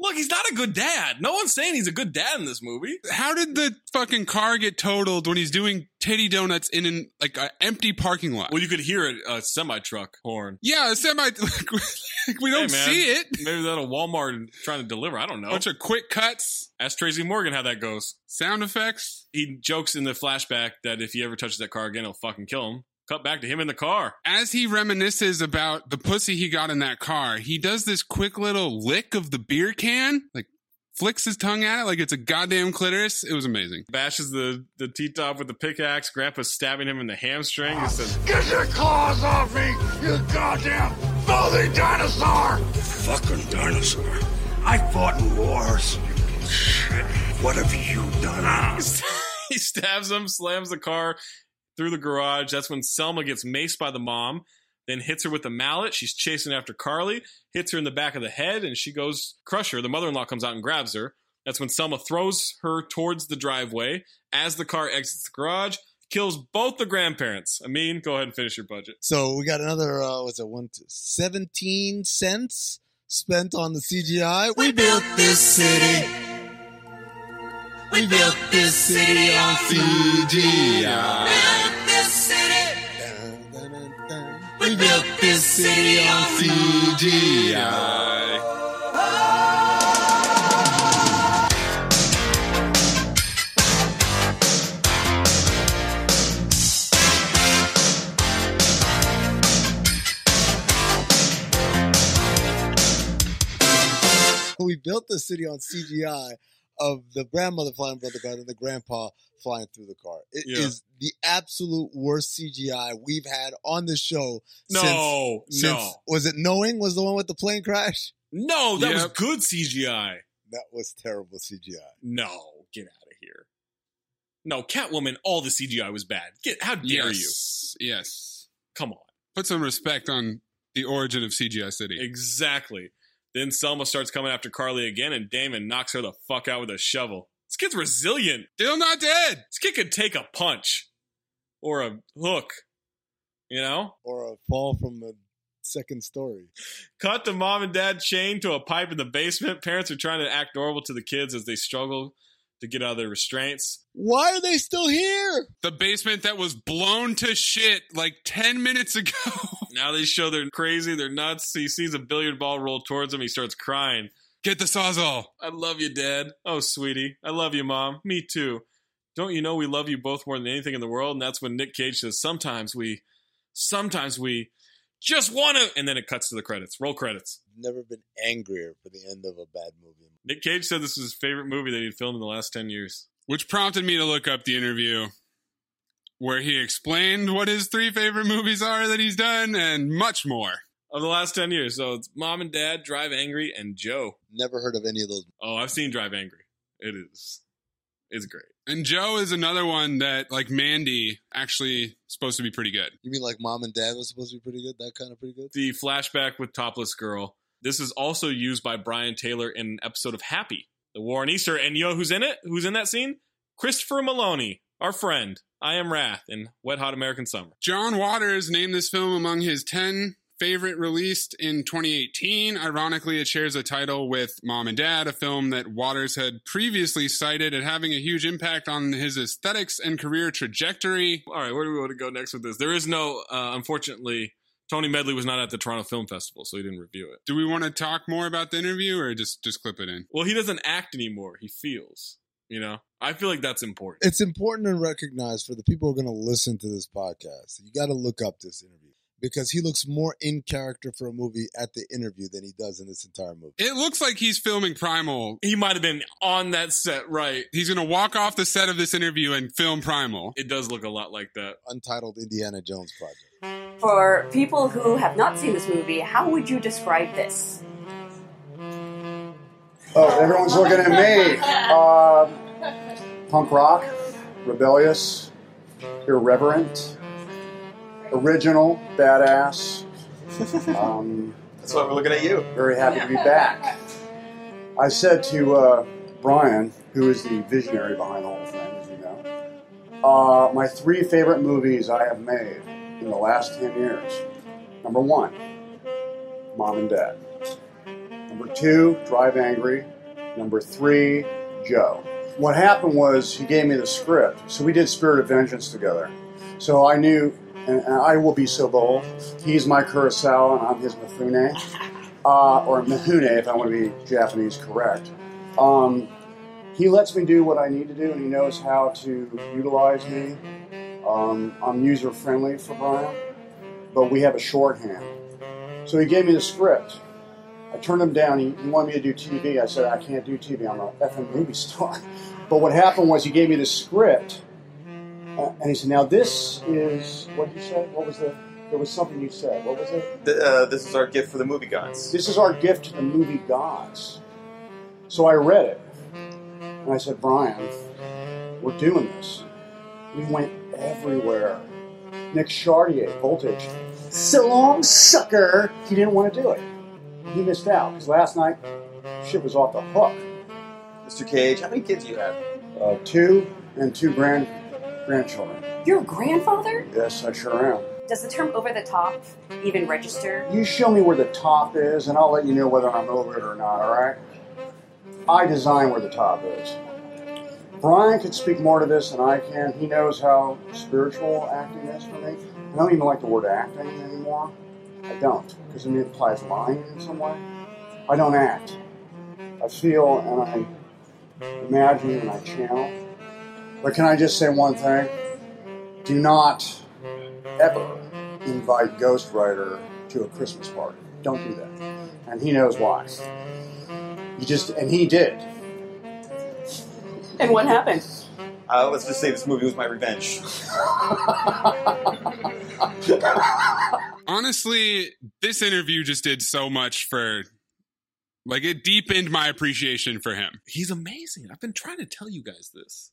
Look, he's not a good dad. No one's saying he's a good dad in this movie.
How did the fucking car get totaled when he's doing titty donuts in an like an empty parking lot?
Well, you could hear a, a semi truck horn.
yeah, a semi. Like, we
Hey,
don't
man.
see it.
Maybe that a Walmart trying to deliver. I don't know.
Bunch of quick cuts,
Ask Tracy Morgan how that goes.
sound effects.
He jokes in the flashback that if he ever touches that car again, he'll fucking kill him. Cut back to him in the car.
As he reminisces about the pussy he got in that car, he does this quick little lick of the beer can, like flicks his tongue at it like it's a goddamn clitoris. It was amazing.
Bashes the the T top with the pickaxe. Grandpa's stabbing him in the hamstring. He says,
Get your claws off me, you goddamn filthy dinosaur! Fucking dinosaur. I fought in wars. Shit. What have you done?
he stabs him, slams the car through the garage. That's when Selma gets maced by the mom, then hits her with the mallet. She's chasing after Carly, hits her in the back of the head, and she goes crush her. The mother in law comes out and grabs her. That's when Selma throws her towards the driveway as the car exits the garage, kills both the grandparents. Amin, go ahead and finish your budget.
So we got another, uh, what's it, one, two, 17 cents spent on the CGI. We built this city. We built this city on
CGI.
We built this city on
CGI.
We built this city on CGI of the grandmother flying from the car and the grandpa flying through the car. It is
Yeah.
the absolute worst CGI we've had on the show since.
No,
Since,
no,
was it knowing was the one with the plane crash?
no, that was
Yep.
good CGI.
That was terrible CGI.
No, get out of here. No, Catwoman, all the CGI was bad. Get how dare you?
yes. Yes.
Come on.
Put some respect on the origin of CGI City.
Exactly. Then Selma starts coming after Carly again, and Damon knocks her the fuck out with a shovel. This kid's resilient.
Still not dead.
This kid could take a punch or a hook, you know?
Or a fall from the second story.
Cut the mom and dad chained to a pipe in the basement. Parents are trying to act normal to the kids as they struggle to get out of their restraints.
Why are they still here?
The basement that was blown to shit like 10 minutes ago.
Now they show they're crazy, they're nuts. He sees a billiard ball roll towards him. He starts crying.
Get the sawzall.
I love you, Dad. Oh, sweetie. I love you, Mom. Me too. Don't you know we love you both more than anything in the world? And that's when Nick Cage says, Sometimes we, sometimes we just want to. And then it cuts to the credits. Roll credits.
Never been angrier for the end of a bad movie.
Nick Cage said this was his favorite movie that he'd filmed in the last 10 years.
Which prompted me to look up the interview where he explained what his three favorite movies are that he's done and much more.
Of the last 10 years. So it's Mom and Dad, Drive Angry, and Joe.
Never heard of any of those.
Oh, I've seen Drive Angry. It is. It's great.
And Joe is another one that, like Mandy, actually supposed to be pretty good.
You mean like mom and dad was supposed to be pretty good? That kind of pretty good?
The flashback with Topless Girl. This is also used by Brian Taylor in an episode of Happy, the Warren Easter. And you know who's in it? Who's in that scene? Christopher Maloney, our friend. I am Wrath in Wet Hot American Summer.
John Waters named this film among his 10 favorite released in 2018. Ironically, it shares a title with Mom and Dad, a film that Waters had previously cited as having a huge impact on his aesthetics and career trajectory.
All right, where do we want to go next with this? There is no, uh, unfortunately, Tony Medley was not at the Toronto Film Festival, so he didn't review it.
Do we want to talk more about the interview or just just clip it in?
Well, he doesn't act anymore. He feels, you know? I feel like that's important.
It's important to recognize for the people who are going to listen to this podcast. You got to look up this interview because he looks more in character for a movie at the interview than he does in this entire movie.
It looks like he's filming Primal.
He might have been on that set, right?
He's going to walk off the set of this interview and film Primal.
It does look a lot like that.
Untitled Indiana Jones project.
For people who have not seen this movie, how would you describe this?
Oh, everyone's looking at me. Um punk rock, rebellious, irreverent, original, badass. Um,
That's why we're looking at you.
very happy to be back. I said to uh, Brian, who is the visionary behind the whole thing, as you know, uh, my three favorite movies I have made in the last 10 years. Number one, Mom and Dad. Number two, Drive Angry. Number three, Joe. What happened was he gave me the script, so we did Spirit of Vengeance together. So I knew, and, and I will be so bold. He's my Kurosawa, and I'm his Mifune, uh, or Mifune if I want to be Japanese correct. Um, he lets me do what I need to do, and he knows how to utilize me. Um, I'm user friendly for Brian, but we have a shorthand. So he gave me the script. I turned him down. He, he wanted me to do TV. I said, I can't do TV. I'm an effing movie star. But what happened was he gave me the script, uh, and he said, Now this is what did you say? What was the? There was something you said. What was it?
Th- uh, this is our gift for the movie gods.
This is our gift to the movie gods. So I read it, and I said, Brian, we're doing this. We went everywhere. Nick Chartier, Voltage. So long, sucker. He didn't want to do it. He missed out because last night shit was off the hook.
Mr. Cage, how many kids do you have?
Uh, two and two grand grandchildren.
Your grandfather?
Yes, I sure am.
Does the term over the top even register?
You show me where the top is, and I'll let you know whether I'm over it or not, all right? I design where the top is. Brian could speak more to this than I can. He knows how spiritual acting is for me. I don't even like the word acting anymore. I don't, because it implies lying in some way. I don't act. I feel and I imagine and I channel. But can I just say one thing? Do not ever invite Ghostwriter to a Christmas party. Don't do that. And he knows why. You just and he did.
And what happened?
Uh, let's just say this movie was my revenge.
Honestly, this interview just did so much for like it deepened my appreciation for him.
He's amazing. I've been trying to tell you guys this.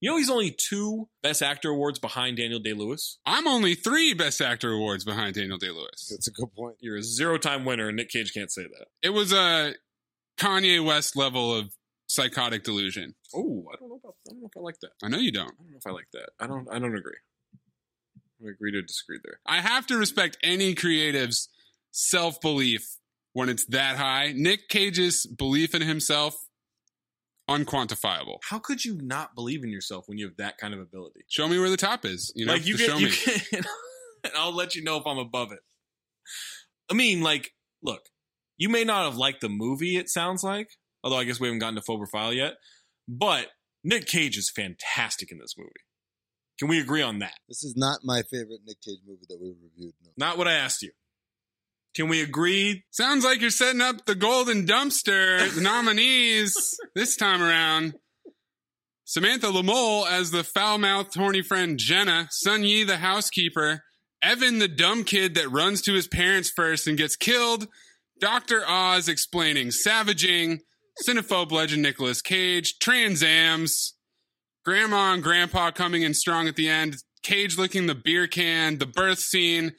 You know he's only two Best Actor awards behind Daniel Day Lewis.
I'm only three Best Actor awards behind Daniel Day Lewis.
That's a good point.
You're a zero-time winner, and Nick Cage can't say that.
It was a Kanye West level of psychotic delusion.
Oh, I don't know about. I don't know if I like that.
I know you don't.
I don't know if I like that. I don't. I don't agree. I agree to disagree there.
I have to respect any creative's self belief when it's that high. Nick Cage's belief in himself, unquantifiable.
How could you not believe in yourself when you have that kind of ability?
Show me where the top is. You know,
like you
to
can,
show
you
me.
can- and I'll let you know if I'm above it. I mean, like, look, you may not have liked the movie. It sounds like, although I guess we haven't gotten to Phobrophile yet. But Nick Cage is fantastic in this movie. Can we agree on that?
This is not my favorite Nick Cage movie that we reviewed. No.
Not what I asked you. Can we agree?
Sounds like you're setting up the golden dumpster, the nominees this time around. Samantha Lamole as the foul mouthed horny friend Jenna, Sun Yi the housekeeper, Evan the dumb kid that runs to his parents first and gets killed, Dr. Oz explaining savaging, Cinephobe legend Nicolas Cage, Transams, Grandma and Grandpa coming in strong at the end, Cage licking the beer can, the birth scene,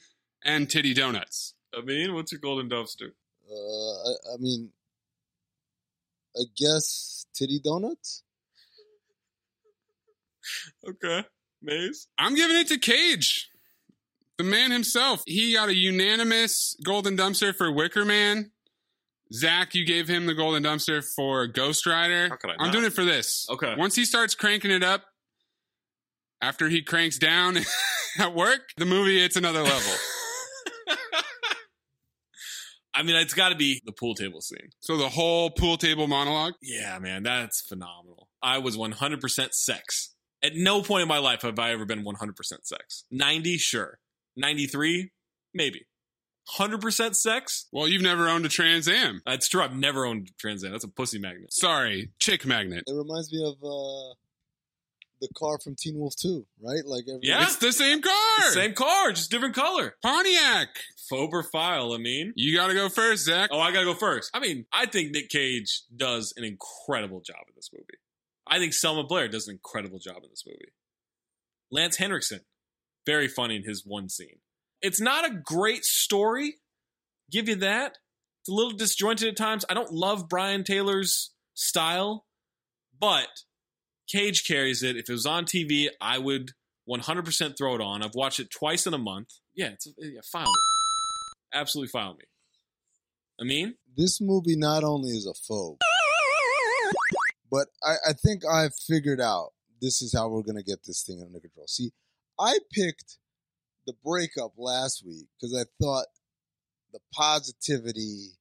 and Titty Donuts.
I mean, what's your golden dumpster?
Uh, I, I mean, I guess titty donuts.
Okay, Maze.
I'm giving it to Cage, the man himself. He got a unanimous golden dumpster for Wicker Man. Zach, you gave him the golden dumpster for Ghost Rider.
How could I
I'm
not?
doing it for this.
Okay.
Once he starts cranking it up, after he cranks down at work, the movie it's another level.
I mean, it's got to be the pool table scene.
so the whole pool table monologue.
Yeah, man, that's phenomenal. I was 100% sex. At no point in my life have I ever been 100% sex. 90, sure. 93, maybe. 100% sex?
Well, you've never owned a Trans Am.
That's true. I've never owned a Trans Am. That's a pussy magnet.
Sorry, chick magnet.
It reminds me of uh, the car from Teen Wolf Two, right? Like every,
Yeah.
It's the same car.
Same car, just different color.
Pontiac.
Fober file, I mean.
You got to go first, Zach.
Oh, I gotta go first. I mean, I think Nick Cage does an incredible job in this movie. I think Selma Blair does an incredible job in this movie. Lance Henriksen, very funny in his one scene. It's not a great story, give you that. It's a little disjointed at times. I don't love Brian Taylor's style, but Cage carries it. If it was on TV, I would 100% throw it on. I've watched it twice in a month. Yeah, it's yeah, file me. Absolutely file me. I mean,
This movie not only is a phobe, but I, I think I figured out this is how we're gonna get this thing under control. See, I picked the breakup last week because I thought the positivity,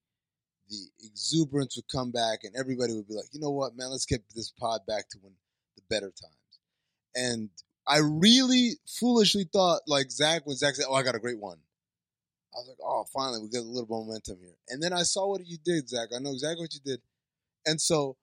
the exuberance would come back, and everybody would be like, you know what, man, let's get this pod back to when the better times. And I really foolishly thought like Zach when Zach said, "Oh, I got a great one." I was like, "Oh, finally, we got a little momentum here." And then I saw what you did, Zach. I know exactly what you did. And so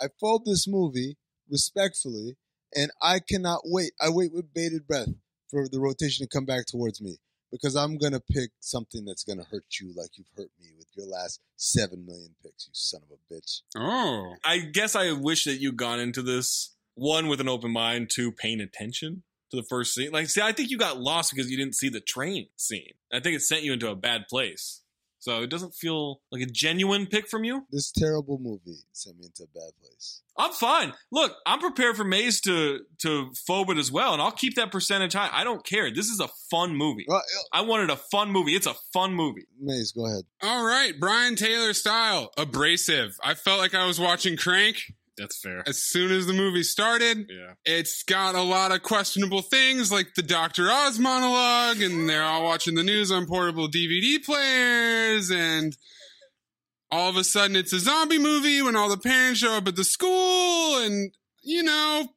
I followed this movie respectfully, and I cannot wait. I wait with bated breath for the rotation to come back towards me because I'm gonna pick something that's gonna hurt you like you've hurt me with your last seven million picks, you son of a bitch.
Oh.
I guess I wish that you gone into this one with an open mind, two paying attention to the first scene. Like, see, I think you got lost because you didn't see the train scene. I think it sent you into a bad place. So it doesn't feel like a genuine pick from you.
This terrible movie sent me into a bad place.
I'm fine. Look, I'm prepared for Maze to to phobe it as well, and I'll keep that percentage high. I don't care. This is a fun movie.
Well,
I wanted a fun movie. It's a fun movie.
Oh, Maze, go ahead.
All right, Brian Taylor style, abrasive. I felt like I was watching Crank
That's fair.
as soon as the movie started.
Yeah.
It's got a lot of questionable things like the Dr. Oz monologue, and they're all watching the news on portable DVD players, and all of a sudden it's a zombie movie when all the parents show up at the school, and you know,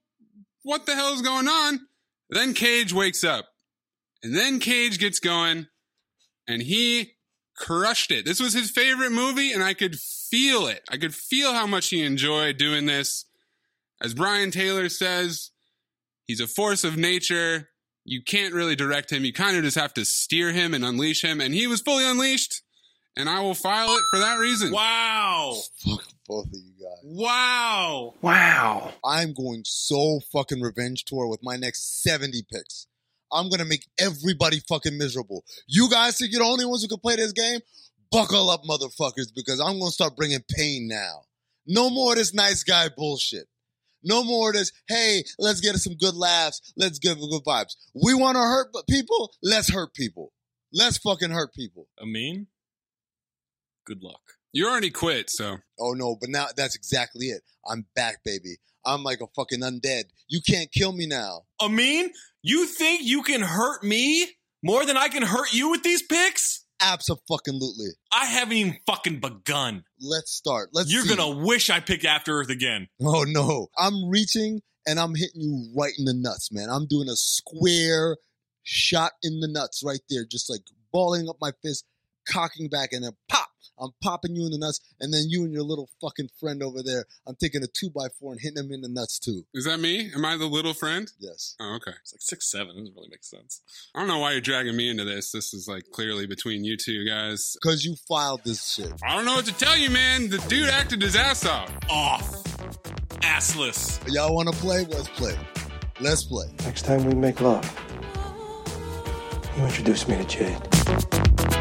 what the hell is going on? Then Cage wakes up, and then Cage gets going, and he crushed it. This was his favorite movie, and I could feel it. I could feel how much he enjoyed doing this. As Brian Taylor says, he's a force of nature. You can't really direct him. You kind of just have to steer him and unleash him. And he was fully unleashed. And I will file it for that reason.
Wow.
Fuck both of you guys.
Wow.
Wow. I'm going so fucking revenge tour with my next 70 picks. I'm going to make everybody fucking miserable. You guys think you're the only ones who can play this game? Buckle up, motherfuckers, because I'm going to start bringing pain now. No more of this nice guy bullshit. No more of this, hey, let's get some good laughs. Let's give good vibes. We want to hurt people? Let's hurt people. Let's fucking hurt people.
I mean, good luck.
You already quit, so.
Oh no, but now that's exactly it. I'm back, baby. I'm like a fucking undead. You can't kill me now.
Amin, you think you can hurt me more than I can hurt you with these picks?
Absolutely.
I haven't even fucking begun.
Let's start. Let's
You're
see.
gonna wish I picked After Earth again.
Oh no. I'm reaching and I'm hitting you right in the nuts, man. I'm doing a square shot in the nuts right there, just like balling up my fist, cocking back, and then pop. I'm popping you in the nuts, and then you and your little fucking friend over there, I'm taking a two by four and hitting him in the nuts too.
Is that me? Am I the little friend?
Yes.
Oh, okay. It's
like six seven. Doesn't really make sense.
I don't know why you're dragging me into this. This is like clearly between you two guys.
Cause you filed this shit.
I don't know what to tell you, man. The dude acted his ass off.
Off. Assless.
Y'all wanna play? Let's play. Let's play.
Next time we make love, you introduce me to Jade.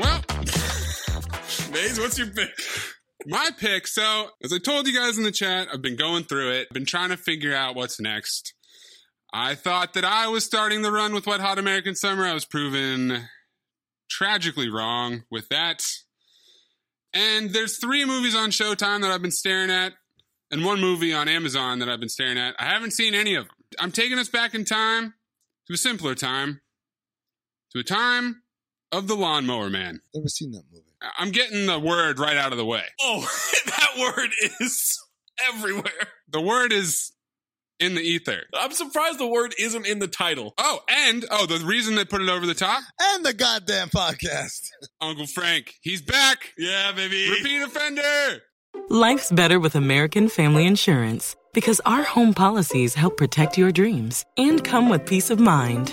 Well,
Maze, what's your pick?
my pick. So, as I told you guys in the chat, I've been going through it, been trying to figure out what's next. I thought that I was starting the run with Wet Hot American Summer. I was proven tragically wrong with that. And there's three movies on Showtime that I've been staring at, and one movie on Amazon that I've been staring at. I haven't seen any of them. I'm taking us back in time to a simpler time, to a time of the lawnmower man.
Never seen that movie.
I- I'm getting the word right out of the way.
Oh, that word is everywhere.
The word is in the ether.
I'm surprised the word isn't in the title.
Oh, and oh, the reason they put it over the top,
And the goddamn podcast.
Uncle Frank, he's back.
Yeah, baby.
Repeat offender.
Life's better with American Family Insurance because our home policies help protect your dreams and come with peace of mind.